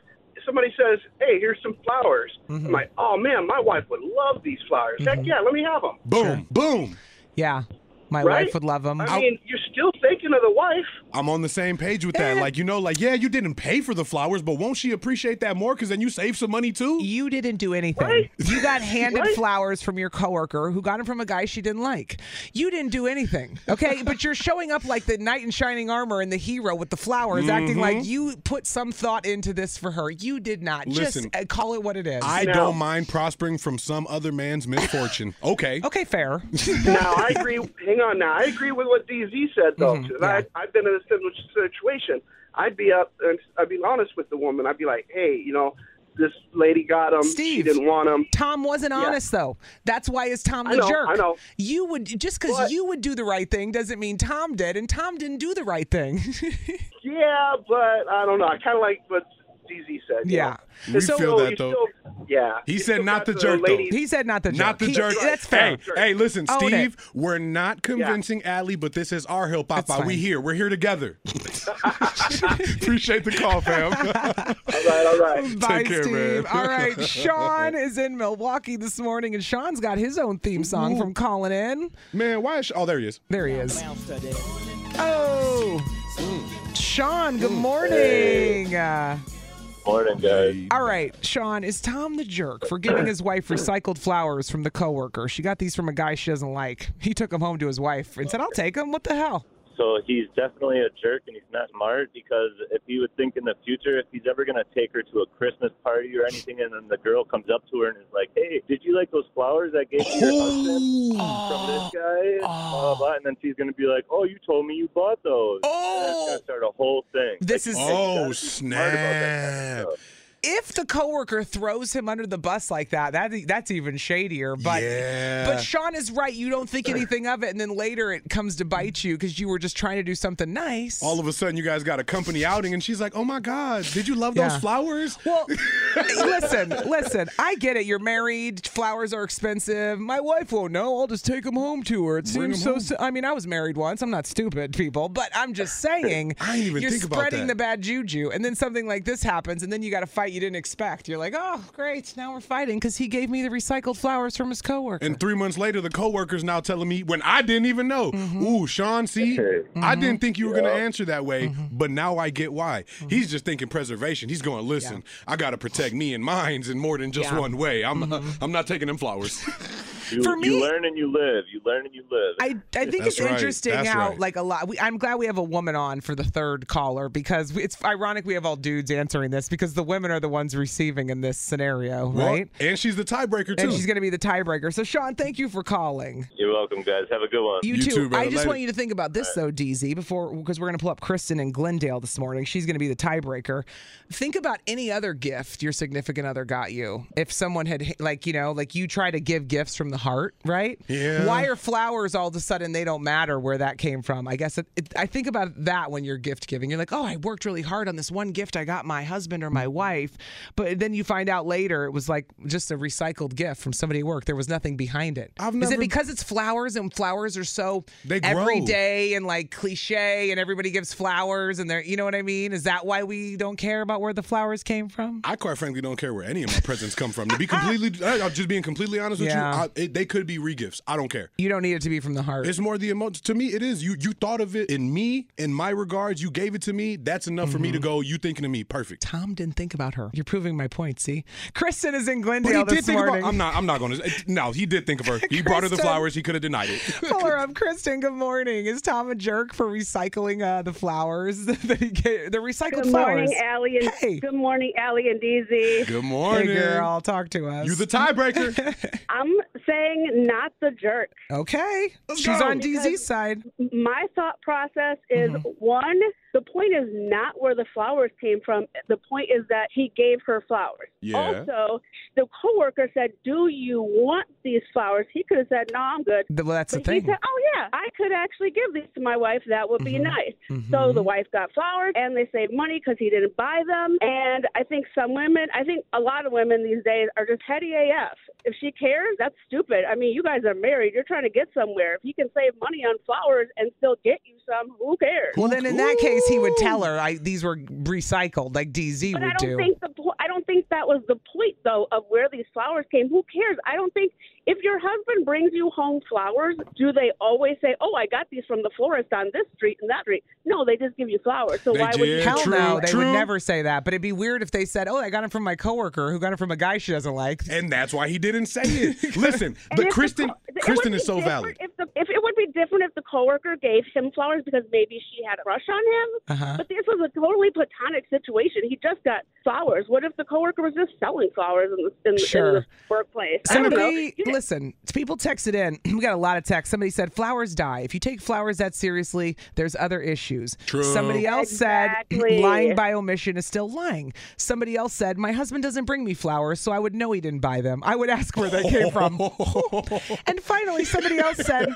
Somebody says, "Hey, here's some flowers." I'm like, "Oh man, my wife would love these flowers. Heck yeah, let me have them." Boom, boom. Yeah. My Right? wife would love him. I mean, you're still thinking of the wife. I'm on the same page with that. Like, you know, like, yeah, you didn't pay for the flowers, but won't she appreciate that more? Because then you save some money too. You didn't do anything. You got handed flowers from your coworker who got them from a guy she didn't like. You didn't do anything, okay? but you're showing up like the knight in shining armor and the hero with the flowers, acting like Mhm. you put some thought into this for her. You did not. Listen, Just uh, call it what it is. I don't mind prospering from some other man's misfortune. Okay. Okay, fair. now I agree. Hang on. Now I agree with what DZ said though, Mm-hmm, 'cause I I've been in a similar situation. I'd be up and I'd be honest with the woman. I'd be like, "Hey, you know, this lady got him. She Steve, didn't want him." Tom wasn't Yeah. honest though. That's why is Tom I the know, jerk. I know. You would just because you would do the right thing doesn't mean Tom did, and Tom didn't do the right thing. Yeah, but I don't know. I kind of like what DZ said. you Yeah. know? We It's feel still- that, you though. still- yeah. He You said still not got the jerk, though. He said not the jerk. Not the He- jerk. That's Oh, fair. Hey, hey, listen, Own it. Steve, we're not convincing Allie, but this is our hill, Papa. We here. We're here together. Appreciate the call, fam. all right, all right. Bye, Steve. All right, Sean is in Milwaukee this morning, and Sean's got his own theme song from calling in. Man, why is oh there he is? There he is. Oh, Sean. Good morning. Uh, Morning, guys. all right, Sean. Is Tom the jerk for giving his wife recycled flowers from the coworker? She got these from a guy she doesn't like. He took them home to his wife and said, "I'll take them. What the hell?" So he's definitely a jerk and he's not smart because if he would think in the future, if he's ever going to take her to a Christmas party or anything, and then the girl comes up to her and is like, hey, did you like those flowers I gave you your husband Hmm. from this guy? Blah, blah, Oh. blah. And then she's going to be like, oh, you told me you bought those. Oh. And that's going to start a whole thing. This is- Oh, snap. if the coworker throws him under the bus like that, that e, that's even shadier. But Yeah. but Sean is right. You don't think anything of it, and then later it comes to bite you because you were just trying to do something nice. All of a sudden you guys got a company outing and she's like, Oh my God, did you love Yeah. those flowers? Well listen, listen. I get it. You're married. Flowers are expensive. My wife won't know. I'll just take them home to her. It Bring seems 'em so. si- I mean, I was married once. I'm not stupid, people. But I'm just saying. I didn't even you're think about spreading that. the bad juju, and then something like this happens, and then you got a fight you didn't expect. You're like, oh, great. Now we're fighting because he gave me the recycled flowers from his coworker. And three months later, the coworker's now telling me when I didn't even know. Mm-hmm. Ooh, Sean, see, I didn't think you were going to answer that way, Mm-hmm. but now I get why. He's just thinking preservation. He's going, listen, I got to protect me and mines in more than just Yeah. Mm-hmm. one way. I'm uh, I'm not taking them flowers. You, For me- you learn and you live. You learn and you live. I, I think it's interesting how like a lot. We, I'm glad we have a woman on for the third caller because we, it's ironic we have all dudes answering this because the women are the ones receiving in this scenario, Well, right? And she's the tiebreaker, too. And she's going to be the tiebreaker. So Sean, thank you for calling. You're welcome, guys. Have a good one. You, too. I just want you to think about this though, DZ, before because we're going to pull up Kristen in Glendale this morning. She's going to be the tiebreaker. Think about any other gift your significant other got you. If someone had like you know like you try to give gifts from the heart, right? Yeah. Why are flowers all of a sudden they don't matter where that came from? I guess it, it, I think about that when you're gift giving. You're like, oh, I worked really hard on this one gift I got my husband or my wife, but then you find out later it was like just a recycled gift from somebody at work. There was nothing behind it. Is it never- because it's flowers and flowers are so They every grow. day and like cliche and everybody gives flowers and they're you know what I mean? Is that why we don't care about where the flowers came from? I quite frankly don't care where any of my presents come from. To be completely, I- I'm just being completely honest with Yeah. you, I, it, they could be regifts. I don't care. You don't need it to be from the heart. It's more the emotion. To me, it is. You you thought of it in me, in my regards. You gave it to me. That's enough for me to go. You thinking of me, perfect. Mm-hmm. Tom didn't think about her. You're proving my point, see? Kristen is in Glendale But he this did think morning. about. I'm not. I'm not going to. No, he did think of her. He brought her the Kristen. flowers. He could have denied it. Pull her up, Kristen. Good morning. Is Tom a jerk for recycling uh, the flowers that he gave, the recycled Good flowers? morning, Allie. And, Good morning, Allie and DZ. Good morning. Hey, girl, talk to us. You the tiebreaker. I'm saying not the jerk. okay. Let's She's go. on DZ's side. Mm-hmm. My thought process is one, The point is not where the flowers came from. The point is that he gave her flowers. Yeah. Also, the coworker said, "Do you want these flowers?" He could have said, "No, I'm good." Th- well, that's the but thing. He said, "Oh yeah, I could actually give these to my wife. That would be Mhm. nice." So Mhm. the wife got flowers, and they saved money because he didn't buy them. And I think some women, I think a lot of women these days are just heady AF. If she cares, that's stupid. I mean, you guys are married. You're trying to get somewhere. If he can save money on flowers and still get you some, who cares? Well, then in that case, he would tell her I, these were recycled, like DZ But would I don't do. think the po- I don't think that was the point though of where these flowers came. Who cares? I don't think if your husband brings you home flowers, do they always say, "Oh, I got these from the florist on this street and that street"? No, they just give you flowers. So why would you? Hell no, they would never say that. But it'd be weird if they said, "Oh, I got it from my coworker, who got it from a guy she doesn't like." And that's why he didn't say it. Listen, And but if the Kristen, co- it would Kristen be is so valid. different If, the, if it would be different if the coworker gave him flowers because maybe she had a crush on him, Uh-huh. but this was a totally platonic situation. He just got flowers. What if the coworker was just selling flowers in the, in, the- in Sure. the workplace? I don't know. Somebody, listen, people texted in. We got a lot of texts. Somebody said, flowers die. If you take flowers that seriously, there's other issues. True. Somebody else Exactly. said, lying by omission is still lying. Somebody else said, my husband doesn't bring me flowers, so I would know he didn't buy them. I would ask where they came from. and finally, somebody else said,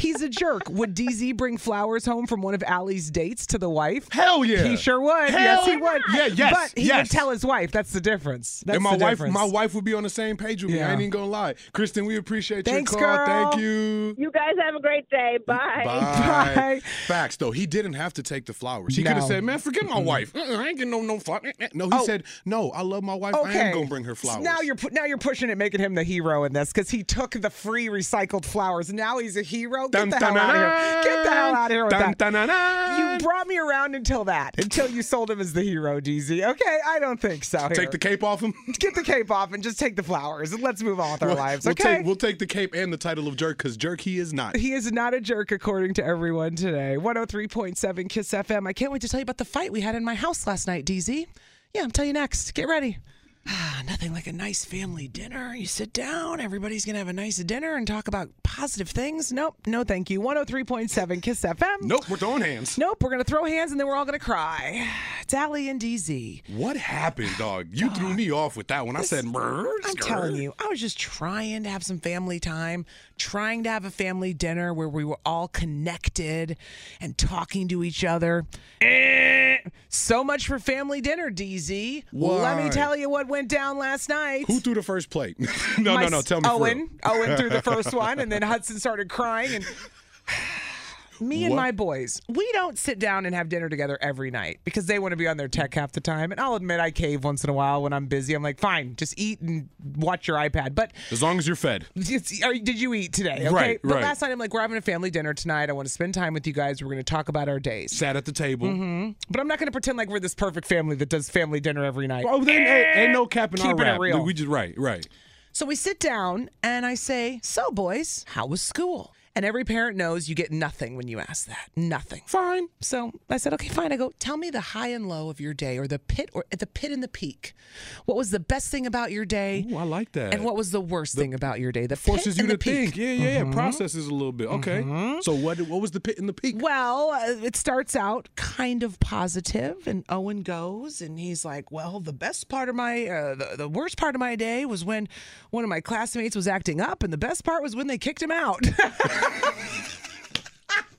he's a jerk. Would DZ bring flowers home from one of Allie's dates to the wife? Hell yeah. He sure would. Hell yes, he would. yeah, yes, But he yes. would tell his wife. That's the difference. That's and my the wife, difference. my wife would be on the same page with me. I Yeah. ain't even gonna lie, Kristen. We appreciate Thanks, your call. girl. Thank you. You guys have a great day. Bye. Bye. Facts though, he didn't have to take the flowers. He could have No. said, "Man, forget my Mm-mm. wife. Mm-mm, I ain't getting no no flowers." No, he Oh. said, "No, I love my wife. I ain't gonna bring her So flowers." now you're pu- now you're pushing it, making him the hero in this because he took the free recycled flowers. Now he's a hero. Get Dun, the dun, hell out of dun, here! Get the hell out of here with dun, that. dun, dun, dun. You brought me around until that, until you sold him as the hero, DZ. Okay, I don't think so. Take the cape off him. Get the cape off and just take the flowers and let's move on with our We'll- lives. we'll Okay. take, we'll take the cape and the title of jerk because jerk he is not. He is not a jerk, according to everyone today. 103.7 Kiss FM. I can't wait to tell you about the fight we had in my house last night, DZ. Yeah, I'll tell you next. Get ready. Ah, Nothing like a nice family dinner. You sit down, everybody's going to have a nice dinner and talk about positive things. Nope, no thank you. 103.7 Kiss FM. Nope, we're throwing hands. Nope, we're going to throw hands and then we're all going to cry. It's Allie and DZ. What happened, dog? You threw me off with that when I said, "Brr, I'm skrr." telling you, I was just trying to have some family time, trying to have a family dinner where we were all connected and talking to each other. Eh, so much for family dinner, DZ. Let Why? me tell you what went down last night. Who threw the first plate? no, My no, no. s- Tell me. for real. Owen, Owen threw the first one, and then Hudson started crying. And me and What? my boys, we don't sit down and have dinner together every night because they want to be on their tech half the time. And I'll admit, I cave once in a while when I'm busy. I'm like, fine, just eat and watch your iPad. But As long as you're fed. it's- are- did you eat today? Okay. Right, but right. last night I'm like, we're having a family dinner tonight. I want to spend time with you guys. We're going to talk about our days. Sat at the table. hmm But I'm not going to pretend like we're this perfect family that does family dinner every night. Oh, then ain't, ain't no capping our eh, Keeping rap. it real. We just right, right. So we sit down and I say, So, boys, how was school? And every parent knows you get nothing when you ask that. Nothing. Fine. So I said, okay, fine. I go, tell me the high and low of your day or the pit or the pit and the peak. What was the best thing about your day? I like that. And what was the worst thing about your day? That Forces you to think. Yeah, yeah, yeah. Mhm. Processes a little bit. Okay. Mm-hmm. So what what was the pit in the peak? Well, uh, it starts out kind of positive, and Owen goes, and he's like, "Well, the best part of my, uh, the, the worst part of my day was when one of my classmates was acting up, and the best part was when they kicked him out."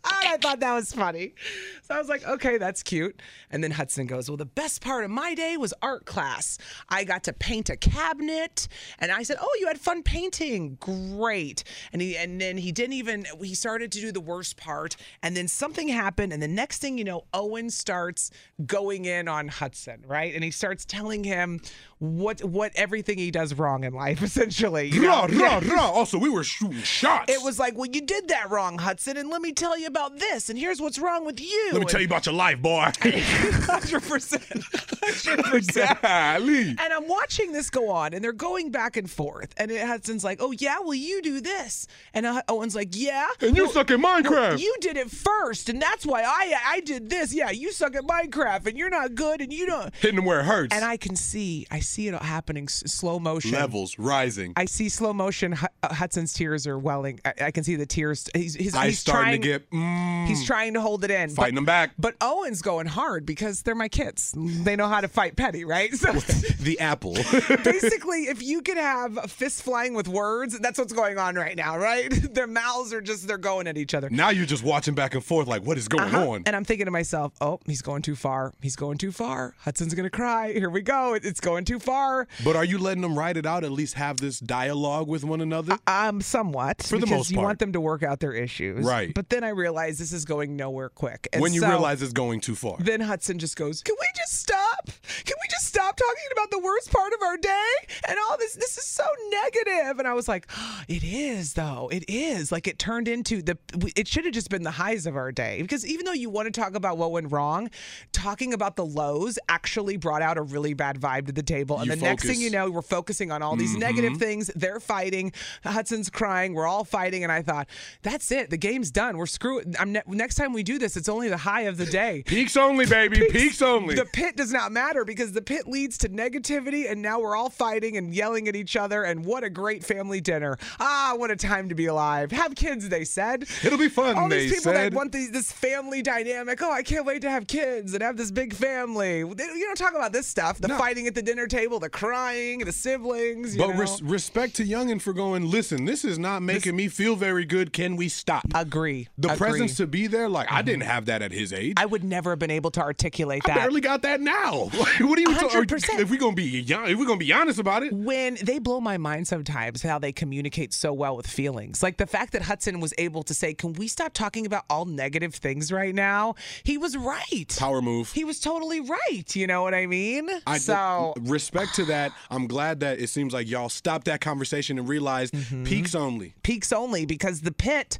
And I thought that was funny. So I was like, okay, that's cute. And then Hudson goes, Well, the best part of my day was art class. I got to paint a cabinet. And I said, Oh, you had fun painting. Great. And he and then he didn't even he started to do the worst part. And then something happened. And the next thing you know, Owen starts going in on Hudson, right? And he starts telling him what what everything he does wrong in life, essentially. You Rah, know? rah, rah. Also, we were shooting shots. It was like, well, you did that wrong, Hudson, and let me tell you about this, and here's what's wrong with you. Let me tell you about your life, boy. Hundred percent. Golly. And I'm watching this go on, and they're going back and forth. And it, Hudson's like, "Oh yeah, well you do this," and uh, Owen's like, "Yeah." And you well, suck at well, Minecraft." you did it first, and that's why I I did this. Yeah, you suck at Minecraft, and you're not good, and you don't. Hitting them where it hurts. And I can see, I see it happening s- slow motion. Levels rising. I see slow motion. Hu- uh, Hudson's tears are welling. I, I can see the tears. He's, he's, Eyes he's starting trying, to get. Mm, He's trying to hold it in. but- Fighting 'em back. But Owen's going hard because they're my kids. They know how to fight petty, right? So mm, the apple. basically, if you could have a fist flying with words, that's what's going on right now, right? Their mouths are just, they're going at each other. now you're just watching back and forth, like, what is going Uh-huh. on? And I'm thinking to myself, oh, he's going too far. He's going too far. Hudson's going to cry. Here we go. It- It's going too far. But are you letting them ride it out? At least have this dialogue with one another. um, somewhat. For the because most you part. want them to work out their issues. Right. But then I realized this is going nowhere quick. And when you so- realize it's going too far. Then Hudson just goes, Can we just stop? Can we just stop talking about the worst part of our day? And all this, this is so negative. And I was like, "Ah, It is, though. It is. Like it turned into the, it should have just been the highs of our day. Because even though you want to talk about what went wrong, talking about the lows actually brought out a really bad vibe to the table. And You the next thing focus. you know, we're focusing on all these negative Mhm. things. They're fighting. Hudson's crying. We're all fighting. And I thought, That's it. The game's done. We're screwed. I'm ne- next time we do this, it's only the high of the day. Peaks only, baby. Peaks, only. The pit does not matter because the pit leads to negativity, and now we're all fighting and yelling at each other. And what a great family dinner! Ah, what a time to be alive. Have kids, they said. It'll be fun, All these they people that said. want these, this family dynamic. Oh, I can't wait to have kids and have this big family. They- You don't talk about this stuff. The fighting at the dinner table, the crying, the siblings. You but know? res- respect to Youngin for going. Listen, this is not making me feel very good. Can we stop? Agree. The Agree. Mm-hmm. presence to be there, like I didn't have that at his age. I would never have been able to articulate that. I barely got that now. Like, what are you talking? 100%. If we gonna be young, if we gonna be honest about it, when they blow my mind sometimes how they communicate so well with feelings. Like the fact that Hudson was able to say, "Can we stop talking about all negative things right now?" He was right. Power move. He was totally right. You know what I mean? I so respect to that. I'm glad that it seems like y'all stopped that conversation and realized Mm-hmm. peaks only. peaks only because the pit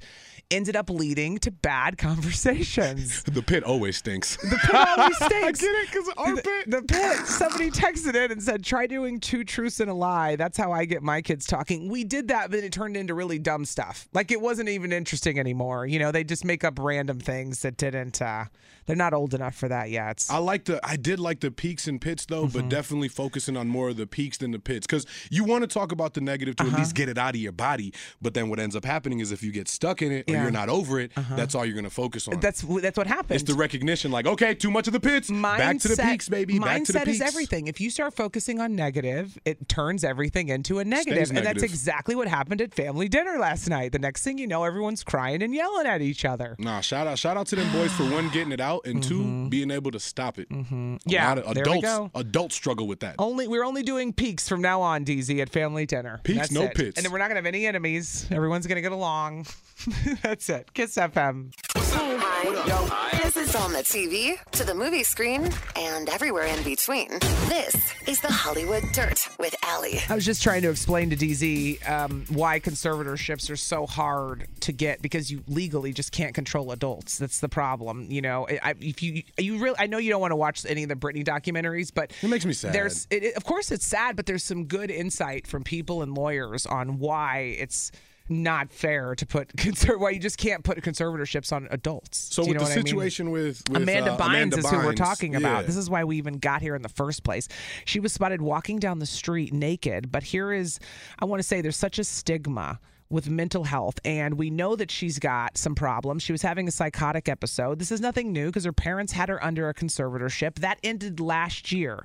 ended up leading to bad conversations. The pit always stinks. The pit always stinks. I get it because our pit. The, pit. Somebody texted it and said, "Try doing two truths and a lie." That's how I get my kids talking. We did that, but it turned into really dumb stuff. Like it wasn't even interesting anymore. You know, they just make up random things that didn't. Uh, they're not old enough for that yet. I like the I did like the peaks and pits though, Mm-hmm. but definitely focusing on more of the peaks than the pits because you want to talk about the negative Uh-huh. to at least get it out of your body. But then what ends up happening is if you get stuck in it or Yeah. Uh-huh. you're not over it, that's all you're gonna focus on. That's that's what happens. it's the recognition, like okay, too much of the pits, back to the Mindset- peaks, baby, back to the mindset peaks. is everything. If you start focusing on negative, it turns everything into a negative. Stays and that's negative. exactly what happened at family dinner last night. The next thing you know, everyone's crying and yelling at each other. Nah, shout out, shout out to them boys for one getting it out and two being able to stop it. Mm-hmm. Yeah, Mm-hmm. there we adults, go. adults struggle with that. Only we're only doing peaks from now on, DZ, at family dinner. Peaks, That's no it. pits. And then we're not gonna have any enemies. Everyone's gonna get along. That's it. Kiss FM. Hey, hi. This is on the TV, to the movie screen, and everywhere in between. This is the Hollywood Dirt with Allie. I was just trying to explain to DZ um, why conservatorships are so hard to get because you legally just can't control adults. That's the problem, you know. I, I- if you you really, I know you don't want to watch any of the Britney documentaries, but It makes me sad. There's, it, it- of course, it's sad, but there's some good insight from people and lawyers on why it's not fair to put conser- why you just can't put conservatorships on adults. So Do you with know the what I mean? situation with, with Amanda uh, Bynes Amanda is who we're Bynes, talking about. yeah. This is why we even got here in the first place. She was spotted walking down the street naked, but here is, I want to say, there's such a stigma with mental health and we know that she's got some problems. She was having a psychotic episode. This is nothing new because her parents had her under a conservatorship. That ended last year.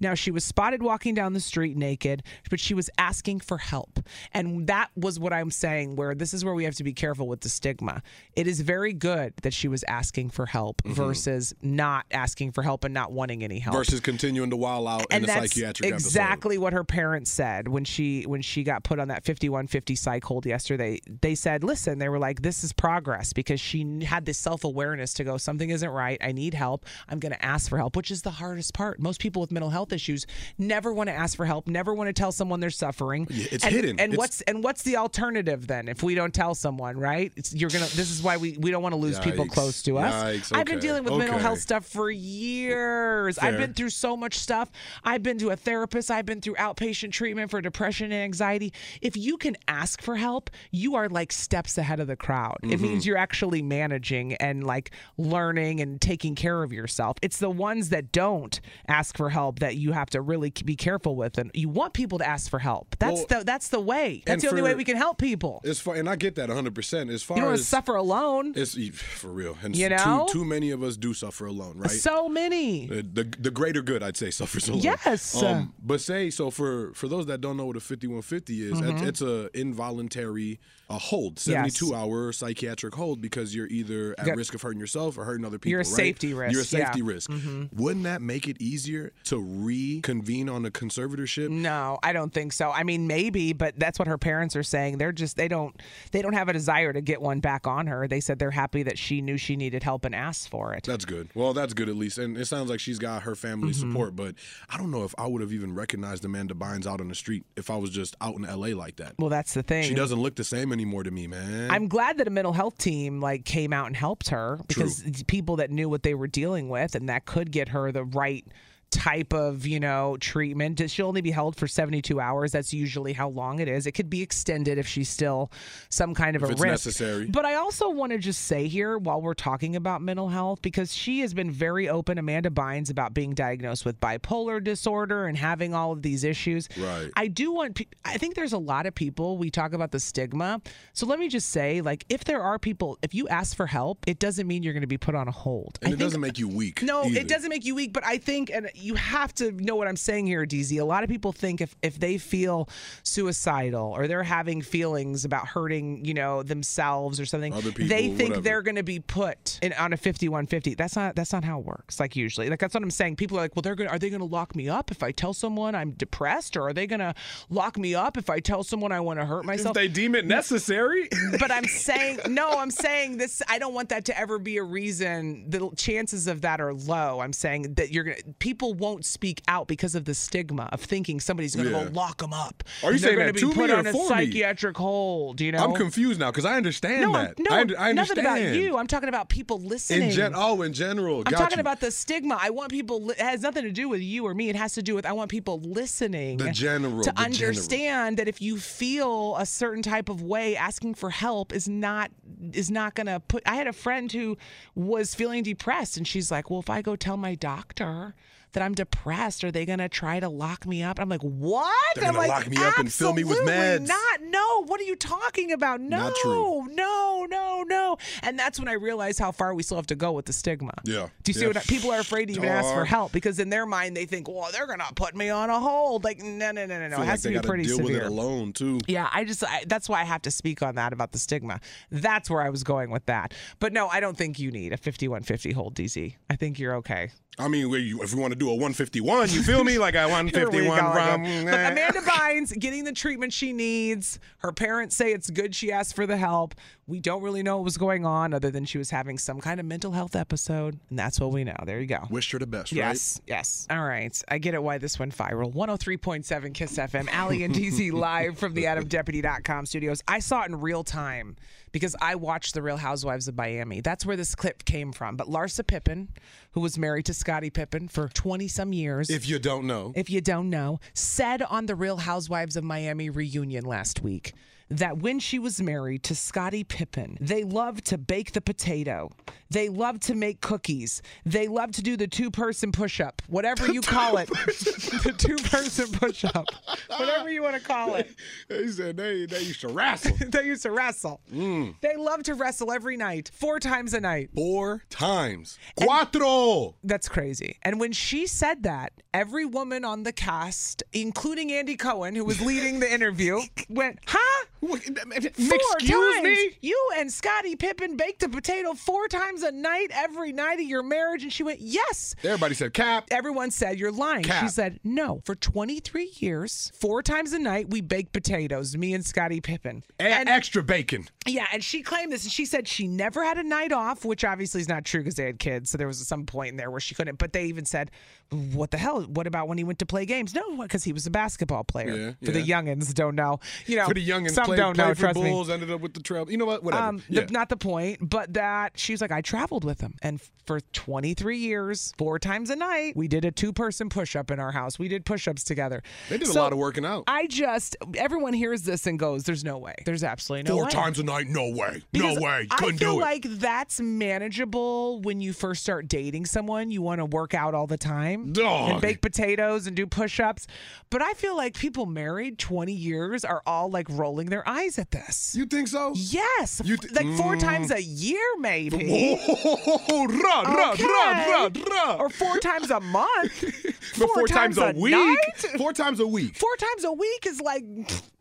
Now she was spotted walking down the street naked, but she was asking for help. And that was what I'm saying where this is where we have to be careful with the stigma. It is very good that she was asking for help Mhm. versus not asking for help and not wanting any help versus continuing to wild out in a psychiatric episode. exactly what her parents said when she when she got put on that 5150 psych hold yesterday they said listen they were like this is progress because she kn- had this self-awareness to go something isn't right i need help i'm going to ask for help which is the hardest part most people with mental health issues never want to ask for help never want to tell someone they're suffering it's and, hidden. and It's- what's and what's the alternative then if we don't tell someone right it's, you're gonna this is why we we don't want to lose people Yikes. close to us Yikes, i've been okay, dealing with mental okay. health stuff for years i've Fair. been through so much stuff. I've been to a therapist. I've been through outpatient treatment for depression and anxiety. If you can ask for help help, you are like steps ahead of the crowd. It Mhm. Mm-hmm. means you're actually managing and like learning and taking care of yourself. It's the ones that don't ask for help that you have to really be careful with, and you want people to ask for help. That's Well, the that's the way. and That's the only way for- we can help people. As far and I get that 100. percent As far You don't want to as suffer alone. it's e, for real, and You too- know? too, many of us do suffer alone, right? So many. the, Uh, the the greater good, I'd say, suffers alone. Yes. Um, but say so for for those that don't know what a 5150 is, Mhm. it's, it's a involuntary a hold, 72 hour psychiatric hold because you're either at Yep. risk of hurting yourself or hurting other people. You're a right? safety risk, You're a yeah. safety risk. Mhm. Wouldn't that make it easier to reconvene on a conservatorship? No, I don't think so. I mean, maybe, but that's what her parents are saying. They're just they don't they don't have a desire to get one back on her. They said they're happy that she knew she needed help and asked for it. That's good. Well, that's good at least. And it sounds like she's got her family Mhm. support, but I don't know if I would have even recognized Amanda Bynes out on the street if I was just out in LA like that. Well, that's the thing. She doesn't look the same anymore to me, man. I'm glad that a mental health team like came out and helped her because it's people that knew what they were dealing with and that could get her the right type of you know treatment she'll only be held for 72 hours that's usually how long it is it could be extended if she's still some kind of If a it's risk necessary. but i also want to just say here while we're talking about mental health because she has been very open amanda bynes about being diagnosed with bipolar disorder and having all of these issues Right. I do want. pe- I think there's a lot of people. We talk about the stigma. So let me just say, like, if there are people, if you ask for help, it doesn't mean you're going to be put on a hold. I and it think- doesn't make you weak. No, either. it doesn't make you weak, but I think, and you have to know what I'm saying here, DZ. A lot of people think if if they feel suicidal or they're having feelings about hurting, you know, themselves or something, Other people, they think whatever. they're going to be put in, on a 5150. That's not that's not how it works. Like usually, like that's what I'm saying. People are like, well, they're going to are they going to lock me up if I tell someone I'm depressed, or are they going to lock me up if I tell someone I want to hurt myself? they deem it necessary. but I'm saying no. I'm saying this. I don't want that to ever be a reason. The chances of that are low. I'm saying that you're gonna people won't speak out because of the stigma of thinking somebody's gonna Yeah. go lock them up. Are you and they're saying gonna that be to put me or on a for me? psychiatric hold? You know, I'm confused now because I understand No, I'm- that. no, I, und- I nothing understand. about you. I'm talking about people listening. In gen- oh, in general. I'm got talking you. about the stigma. I want people. Li- it has nothing to do with you or me. It has to do with I want people listening. The general, to the general. understand that if you feel a certain type of way, asking for help is not is not gonna put. I had a friend who was feeling depressed, and she's like, "Well, if I go tell my doctor." That I'm depressed. Are they gonna try to lock me up? I'm like, what? They're I'm gonna like, lock me up and fill me with "Absolutely meds." Not. No. What are you talking about? No. Not true. No. No. No. And that's when I realized how far we still have to go with the stigma. Yeah. Do you see Yeah. what I, people are afraid to even ask for Dog. help because in their mind they think, well, they're gonna put me on a hold. Like, no, no, no, no, no. I It feel has like to they be gotta pretty deal with severe. it alone too. Yeah, I just I, that's why I have to speak on that about the stigma. That's where I was going with that. But no, I don't think you need a 5150 hold DZ. I think you're okay. I mean, we- if we want to do a 151, you feel me? Like a 151 rum. But Amanda Bynes getting the treatment she needs. Her parents say it's good she asked for the help. We don't really know what was going on other than she was having some kind of mental health episode, and that's what we know. There you go. Wish her the best, right? Yes, yes. All right. I get it why this went viral. 103.7 Kiss FM, Allie and DZ live from the AdamDeputy.com studios. I saw it in real time because I watched The Real Housewives of Miami. That's where this clip came from. But Larsa Pippen, who was married to Scottie Pippen for 20 some years. Eh, If you don't know. If you don't know, said on the Real Housewives of Miami reunion last week that when she was married to Scottie Pippen, they loved to bake the potato. They loved to make cookies. They loved to do the two person push up, whatever you call it. the two person push up, whatever you want to call it. They said they, they used to wrestle. they used to wrestle. Mm. They love to wrestle every night, four times a night. Four times. Cuatro. That's crazy. And when she said that, every woman on the cast, including Andy Cohen, who was leading the interview, went, huh? Four excuse times. me?" You and Scottie Pippen baked a potato four times a night, every night of your marriage. And she went, yes. Everybody said cap. Everyone said, you're lying. She Cap. said, no. For 23 years, four times a night, we baked potatoes, me and Scottie Pippen. And, extra bacon. Yeah, and she claimed this, and she said she never had a night off, which obviously is not true because they had kids. So there was some point in there where she couldn't. But they even said, "What the hell? What about when he went to play games?" No, because he was a basketball player. Yeah, For the yeah. youngins, don't know. You know, For the youngins some played, don't know, played for trust me. Bulls, Ended up with the trail. You know what? Whatever. Um, yeah. th- not the point, but that she's like, I traveled with him. And f- for 23 years, four times a night, we did a two person push up in our house. We did push ups together. They did a So lot of working out. I just, everyone hears this and goes, there's no way. There's absolutely no Four way. times a night? No way. Because no way. I Couldn't feel do it. like that's manageable when you first start dating someone. You want to work out all the time Dog. and bake potatoes and do push-ups. But I feel like people married 20 years are all like rolling their eyes at this. You think so? Mm. Yes. F- like four times a year, maybe. Whoa, rah, rah, Okay. rah, rah, rah. Or four times a month. But four times a week? night? Four times a week. Four times a week is like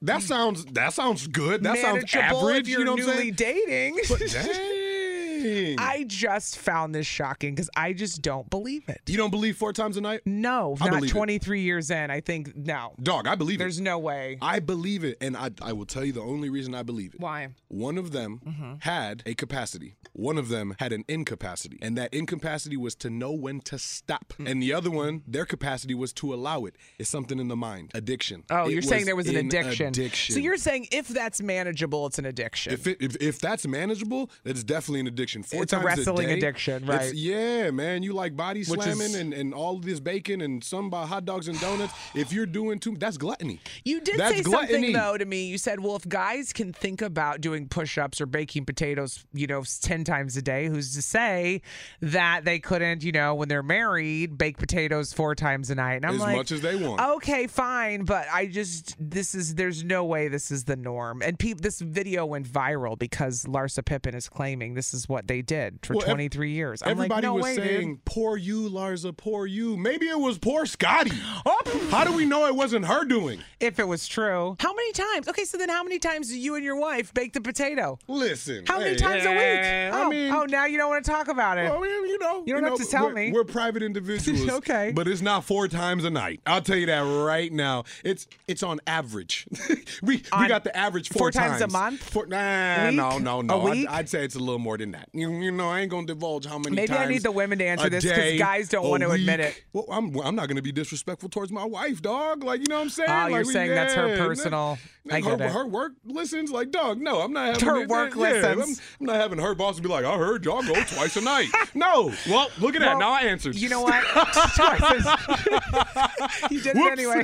That sounds that sounds good. That sounds manageable average. If you're you know what I'm newly saying? dating. But dang. I just found this shocking because I just don't believe it. You don't believe four times a night? No, I not believe it. 23 years in. I think no. Dog, I believe There's it. no way. I believe it, and I I will tell you the only reason I believe it. Why? Mm-hmm. One of them had a capacity. One of them had an incapacity. And that incapacity was to know when to stop. Mm. And the other one, their capacity was to allow it. It's something in the mind. Addiction. Oh, It you're was saying there was an addiction. addiction. So you're saying if that's manageable, it's an addiction. If, it, if if that's manageable, that's definitely an addiction. Four It's a times wrestling day, addiction, it's- right. yeah, man. You like body Which slamming is- and, and all this bacon and some by hot dogs and donuts. if you're doing too, that's gluttony. you did that's say gluttony. something though to me. You said, "Well, if guys can think about doing push-ups or baking potatoes, you know, ten times a day, who's to say that they couldn't, you know, when they're married, bake potatoes four times a night?" And I'm As like, much as they want. Okay, fine, but I just this is there's no way this is the norm. And peop this video went viral because Larsa Pippen is claiming this is what they did for Well, ev- 23 years. I'm Everybody like, no was way, dude." saying, "Poor you, Larza. Poor you." Maybe it was poor Scotty. How do we know it wasn't her doing? Oh. If it was true. How many times? Okay, so then how many times do you and your wife bake the potato? Listen. How many hey, times a eh, week? I oh, mean- oh, now you don't want to talk about it. Well, you know, You don't have know, to tell we're- me. We're private individuals. Okay. But it's not four times a night. I'll tell you that right now. It's it's on average. we we got the average four, four times a month? Four, nah, Week? no, no, A no. I'd- week? I'd, say it's a little more than that. You, you know, I ain't gonna divulge how many. Maybe I times need the women to answer a this 'cause day, guys don't a want to admit week. it. Well, I'm I'm not gonna be disrespectful towards my wife, dog. Like you know what I'm saying? Oh, Like, you're we- saying that's her yeah, personal- I her, get it. her work listens, like dog. No, I'm not having Her it- work yeah, I'm- listens. I'm not having her boss be like, I heard y'all go twice a night. No. Well, look at that. Well, Now I answered. You know what? you did it anyway.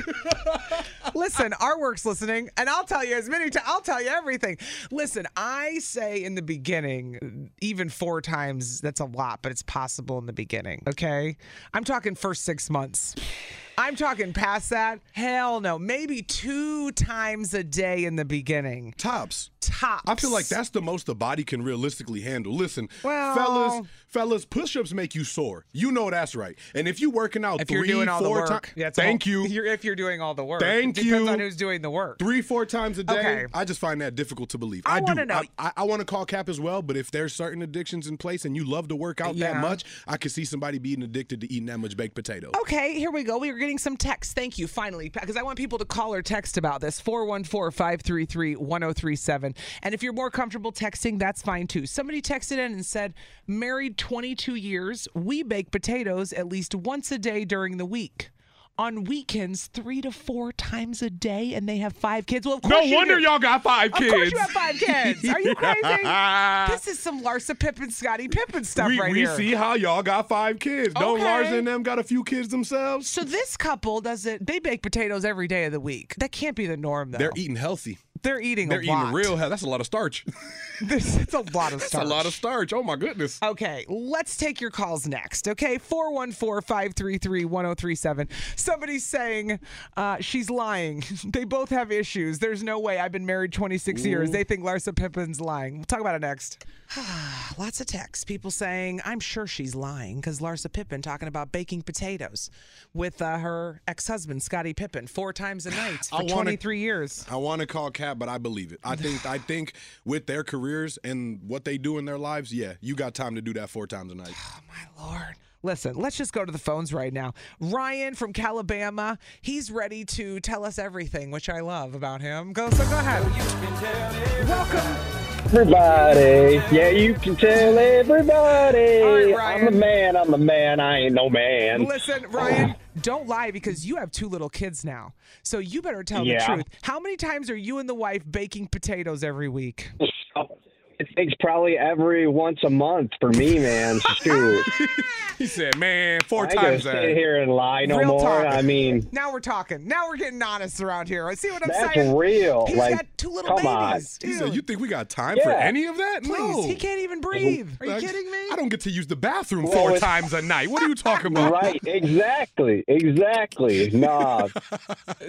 Listen, our work's listening, and I'll tell you as many times. I'll tell you everything. Listen, I say in the beginning, even four times. That's a lot, but it's possible in the beginning. Okay, I'm talking first six months. I'm talking past that. Hell no. Maybe two times a day in the beginning. Tops. Tops. I feel like that's the most the body can realistically handle. Listen, Well- fellas, fellas, push-ups make you sore. You know that's right. And if you're working out If 3 you're doing all the four work, times, Yeah, it's thank all- you. You're, if you're doing all the work, Thank it depends you. on who's doing the work. Three, four times a day. Okay. I just find that difficult to believe. I do. wanna know. I, I want to call cap as well, but if there's certain addictions in place and you love to work out that Yeah. Oh, much, I could see somebody being addicted to eating that much baked potato. Okay, here we go. We are getting some texts. Thank you, finally, because I want people to call or text about this 414 533 1037. And if you're more comfortable texting, that's fine too. Somebody texted in and said, Married 22 years, we bake potatoes at least once a day during the week. On weekends, three to four times a day, and they have five kids. Well, of No course you wonder do. y'all got five Of course kids. you have five kids. Are you Yeah. crazy? this is some Larsa Pippen, Scotty Pippen stuff we right we here. see how y'all got five kids. Don't Okay. Larson and them got a few kids themselves? So this couple does it. They bake potatoes every day of the week. That can't be the norm, though. They're eating healthy. They're eating They're a eating lot. real healthy. That's a lot of starch. This it's a lot of That's starch. a lot of starch. Oh my goodness. Okay, let's take your calls next. Okay, 414 533 1037. Somebody's saying uh, she's lying. they both have issues. There's no way. I've been married 26 years. Ooh. They think Larsa Pippen's lying. We'll talk about it next. Lots of texts. People saying, I'm sure she's lying because Larsa Pippen talking about baking potatoes with uh, her ex husband, Scottie Pippen, four times a night for I wanna- 23 years. I want to call cap, but I believe it. I think I think with their careers and what they do in their lives, yeah, you got time to do that four times a night. Listen, let's just go to the phones right now. Ryan from Calabama, he's ready to tell us everything, which I love about him. Go, so go ahead. Welcome everybody. Yeah, you can tell everybody. I'm a man. I'm a man. I ain't no man. Listen, Ryan, don't lie because you have two little kids now. So you better tell Yeah. the truth. How many times are you and the wife baking potatoes every week? It takes probably every once a month for me, man. Shoot. He said, "Man, four I ain't gonna times that." sit here and lie no Real more. talk. I mean, Now we're talking. Now we're getting honest around here. I see what I'm That's saying. real. He's Like, got two little come on. babies. He said, "You think we got time for Yeah. any of that? Please, no, he can't even breathe. Are you kidding me? I don't get to use the bathroom Well, four it's- times a night. What are you talking about? right? Exactly. Exactly. Nah.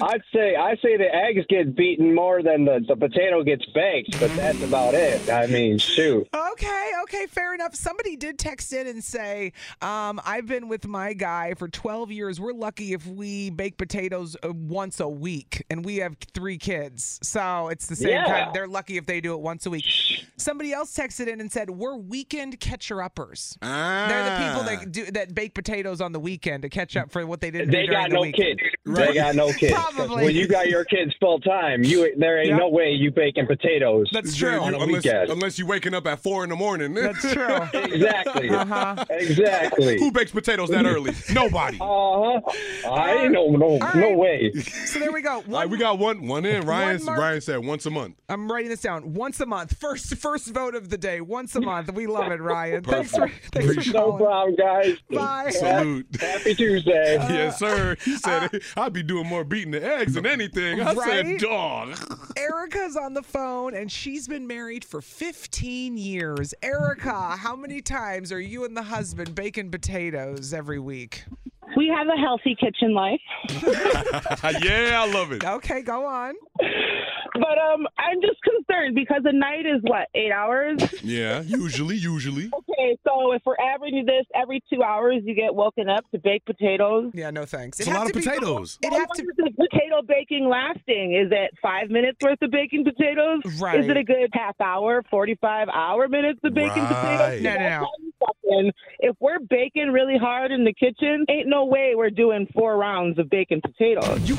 I'd say I say the eggs get beaten more than the, the potato gets baked, but that's about it. I mean, shoot. Okay, okay, fair enough. Somebody did text in and say, um, I've been with my guy for 12 years. We're lucky if we bake potatoes uh, once a week, and we have three kids. So it's the same Yeah. kind. They're lucky if they do it once a week. Somebody else texted in and said, We're weekend catcher uppers. They're the people Ah. that do that bake potatoes on the weekend to catch up for what they didn't do They during got the no week. kids. They got no kids. 'Cause Probably. When you got your kids full time, you there ain't Yep. no way you baking potatoes. Yeah, On you- a unless, weekend. unless you're waking up at four in the morning. That's true. Uh-huh. Exactly. Exactly. Who bakes potatoes that early? Nobody. Uh-huh. I ain't no no no way. So there we go. One, we got one one in. One Ryan mark. Ryan said once a month. I'm writing this down. Once a month. First first vote of the day. Once a month. We love it, Ryan. Thanks for Perfect. thanks for Appreciate it. calling. No problem, guys. Bye. Salute. Happy Tuesday. yes, sir. He said I'd be doing more beating the eggs than anything. I Right? said, dog. Erica's on the phone and she's been married for 15 years. Erica, how many times are you and the husband baking potatoes every week? We have a healthy kitchen life, yeah, I love it. Okay, go on. but um, I'm just concerned because a night is what eight hours. Yeah, usually, usually. Okay, so if we're averaging this every two hours, you get woken up to bake potatoes. Yeah, no thanks. It's a lot of potatoes. It have to be potato baking lasting. Is it five minutes worth of baking potatoes? Right. Is it a good half hour, forty-five hour minutes of baking Right. potatoes? No, That's no, no. how you fucking- If we're baking really hard in the kitchen, ain't no way we're doing four rounds of baking potatoes. You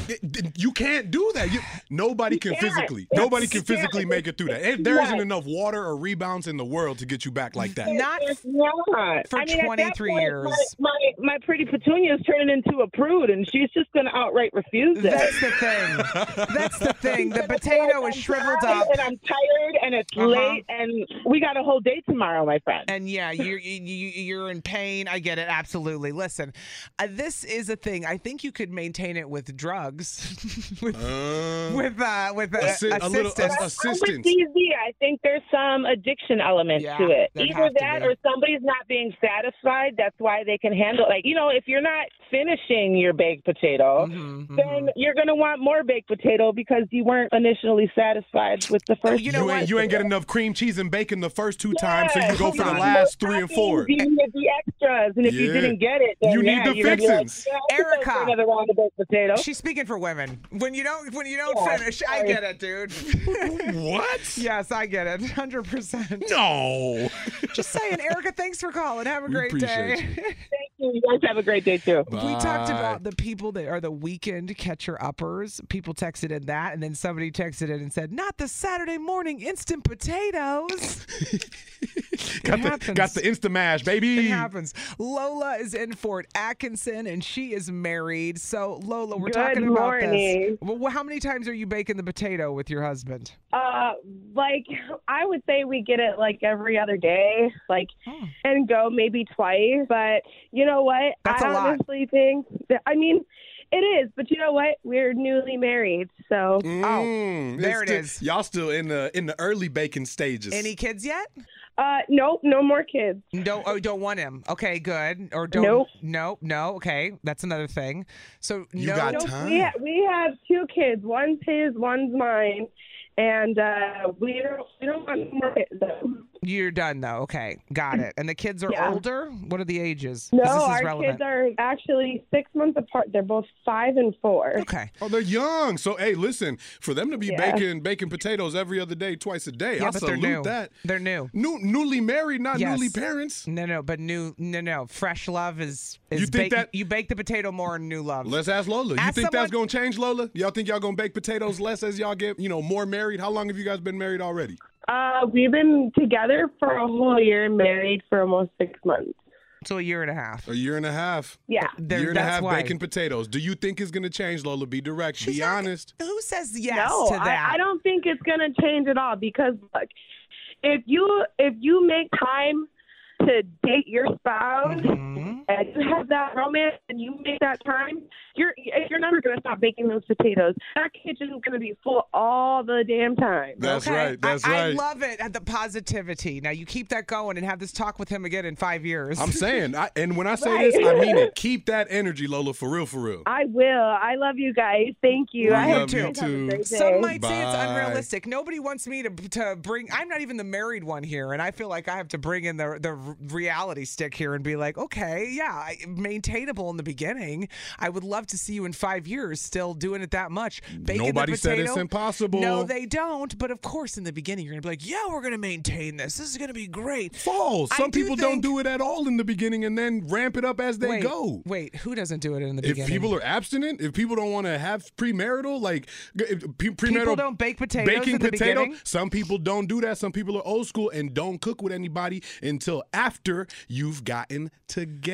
you can't do that. You, nobody can can't. physically. It's- Nobody can you physically can't. make it through that. And There isn't Right. enough water or rebounds in the world to get you back like that. Not not. for I mean, at that 23 point, years. My, my my pretty petunia is turning into a prude, and she's just going to outright refuse it. That's the thing. That's the thing. The potato is shriveled tired, up. and I'm tired, and it's Uh-huh. late, and we got a whole day tomorrow, my friend. And yeah, you're you, you- you're in pain. I get it absolutely. Listen, uh, this is a thing. I think you could maintain it with drugs, with with uh, with uh, assi- a little- assistance. a- With DZ, I think there's some addiction element Yeah, to it. there'd Either have to that be. or somebody's not being satisfied. That's why they can handle Like, you know, if you're not finishing your baked potato, Mm-hmm, then you're going to want more baked potato because you weren't initially satisfied with the first You, ain't, you ain't get enough cream cheese and bacon the first two times, so you go for the last three and four. You need the extras, and if you Yeah. didn't get it, then You need yeah, the you're gonna be like, fixins. "Yeah, I could go for Erica. another round of baked potato. She's speaking for women. When you don't when you don't Yeah, finish, I sorry. get it, dude. what? Yes, I get it. 100%. No. Just saying, Erica, thanks for calling. Have a We great day. appreciate Thank you. You guys have a great day too. We talked about the people that are the weekend catcher uppers. People texted in that, and then somebody texted in and said, "Not the Saturday morning instant potatoes." Got the, got the Insta Mash, baby. It happens. Lola is in Fort Atkinson, and she is married. So, Lola, we're Good talking morning. about this. Well, how many times are you baking the potato with your husband? Uh, like I would say we get it like every other day, like Hmm. and go maybe twice. But you know what? That's I a lot. honestly think that I mean it is, but you know what? We're newly married, so Mm, there it's it still- Y'all still in the in the early baking stages. Any kids yet? Uh, nope, no more kids. Don't oh, don't want him. Okay, good. Or don't. Nope. No, no. Okay, that's another thing. So no. Nope, We, ha- we have two kids. One's his, one's mine, and uh, we don't we don't want more kids. Though. You're done though. Okay, got it. And the kids are Yeah. older. What are the ages? 'Cause No, this is our relevant. kids are actually six months apart. They're both five and four. Okay. Oh, they're young. So hey, listen, for them to be Yeah. baking baking potatoes every other day, twice a day, Yeah, I but they're salute new. that. They're new. New, newly married, not Yes. newly parents. No, no, but new. No, no. Fresh love is. is You think bake- that- you bake the potato more in new love? Let's ask Lola. you Ask think that's someone- gonna change, Lola? Y'all think y'all gonna bake potatoes less as y'all get, you know, more married? How long have you guys been married already? Uh, we've been together for a whole year, and married for almost six months. So a year and a half. A year and a half. Yeah. There- year and a that's half why. baking potatoes. Do you think it's gonna change, Lola? Be direct. be honest. Who says yes no, to that? I, I don't think it's gonna change at all because look, if you if you make time to date your spouse Mm-hmm. and you have that romance and you make that time, you're you're never gonna stop baking those potatoes. That kitchen's gonna be full all the damn time. Okay. I, I love it. uh, The positivity. Now you keep that going and have this talk with him again in five years. I'm saying, I, and when I say Right. this, I mean it. Keep that energy, Lola, for real, for real. I will. I love you guys. Thank you. We I hope love you you guys have a too. great day. Some might say it's Bye. unrealistic. Nobody wants me to to bring. I'm not even the married one here, and I feel like I have to bring in the the r- reality stick here and be like, okay, yeah, I- maintainable in the beginning. I would love to see you in five years still doing it that much. Baking Nobody the said it's potato. impossible. No, they don't. But of course, in the beginning, you're gonna be like, yeah, we're gonna maintain this. This is gonna be great. False. I Some do people don't think- do it at all in the beginning, and then ramp it up as they wait, go. Wait, who doesn't do it in the If beginning? people are abstinent, if people don't want to have premarital, like g- if pe- premarital, People don't bake potatoes Baking at the potato. beginning? Some people don't do that. Some people are old school and don't cook with anybody until after you've gotten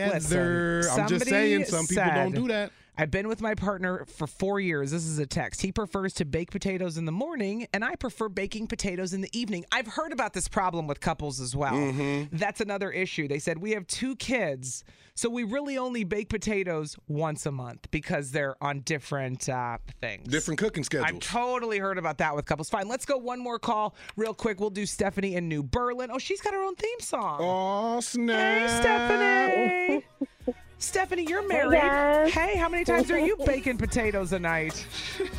together. Listen, I'm just somebody saying, some people don't said, do that. I've been with my partner for four years. This is a text. He prefers to bake potatoes in the morning, and I prefer baking potatoes in the evening. I've heard about this problem with couples as well. Mm-hmm. That's another issue. They said, We have two kids, so we really only bake potatoes once a month because they're on different uh, things. Different cooking schedules. I've totally heard about that with couples. Fine, let's go one more call real quick. We'll do Stephanie in New Berlin. Oh, she's got her own theme song. Oh, snap. Hey, Stephanie. Stephanie, you're married. guys. Hey, how many times are you baking potatoes a night?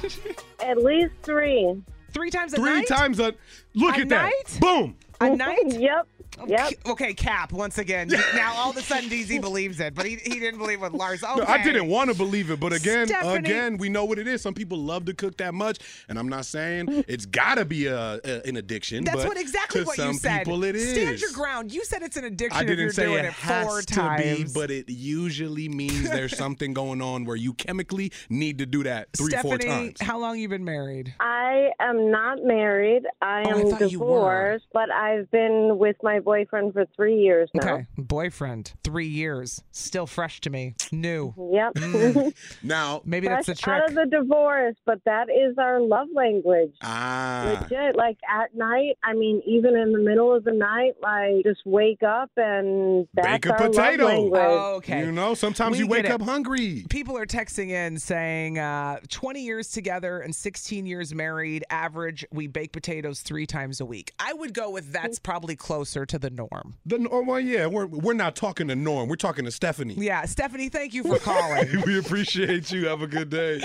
At least three. Three times a Three night? times a look A at night? that. Boom. A night? yep. Yep. Okay, Cap, once again. Now all of a sudden DZ believes it, but he, he didn't believe what Lars. Okay. No, I didn't want to believe it, but again, Stephanie. again, we know what it is. Some people love to cook that much, and I'm not saying it's gotta be a, a an addiction. That's but what exactly to what some you said. people it is. Stand your ground. You said it's an addiction I if you're didn't say doing it, it, four has to times. be, but it usually means there's something going on where you chemically need to do that three, four Stephanie, times. how long you been married? I am not married. I Oh, I am thought you were. divorced, but I've been with my boyfriend for three years now. Okay, boyfriend, three years, still fresh to me, new. Yep. Now Mm, maybe Fresh that's the out of trick. the divorce, but that is our love language. Ah. Legit, like at night. I mean, even in the middle of the night, like just wake up and that's Bake a our potato. love language. Oh, okay. You know, sometimes We you wake get it. up hungry. People are texting in saying uh, 20 years together and 16 years married, average, we bake potatoes three times a week. I would go with that's probably closer to the norm. The, oh, well, yeah, we're we're not talking to Norm. We're talking to Stephanie. Yeah, Stephanie, thank you for calling. we appreciate you. Have a good day.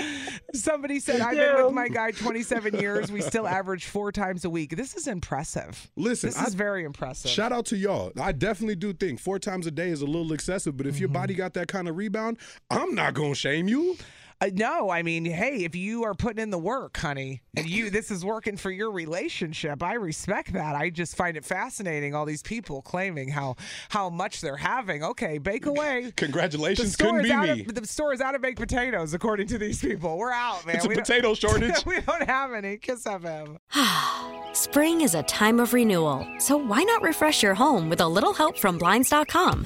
Somebody said, I've been with my guy 27 years. We still average four times a week. This is impressive. Listen, this I- is very impressive. Shout out to y'all. I definitely do think four times a day is a little excessive, but if Mm-hmm. your body got that kind of rebound, I'm not gonna shame you. Uh, no, I mean, hey, if you are putting in the work, honey, and you this is working for your relationship, I respect that. I just find it fascinating all these people claiming how how much they're having. Okay, bake away. Congratulations, The store couldn't is be out me. Of, the store is out of baked potatoes, according to these people. We're out, man. It's a We don't- potato shortage. we don't have any. Kiss FM. Spring is a time of renewal, so why not refresh your home with a little help from Blinds.com?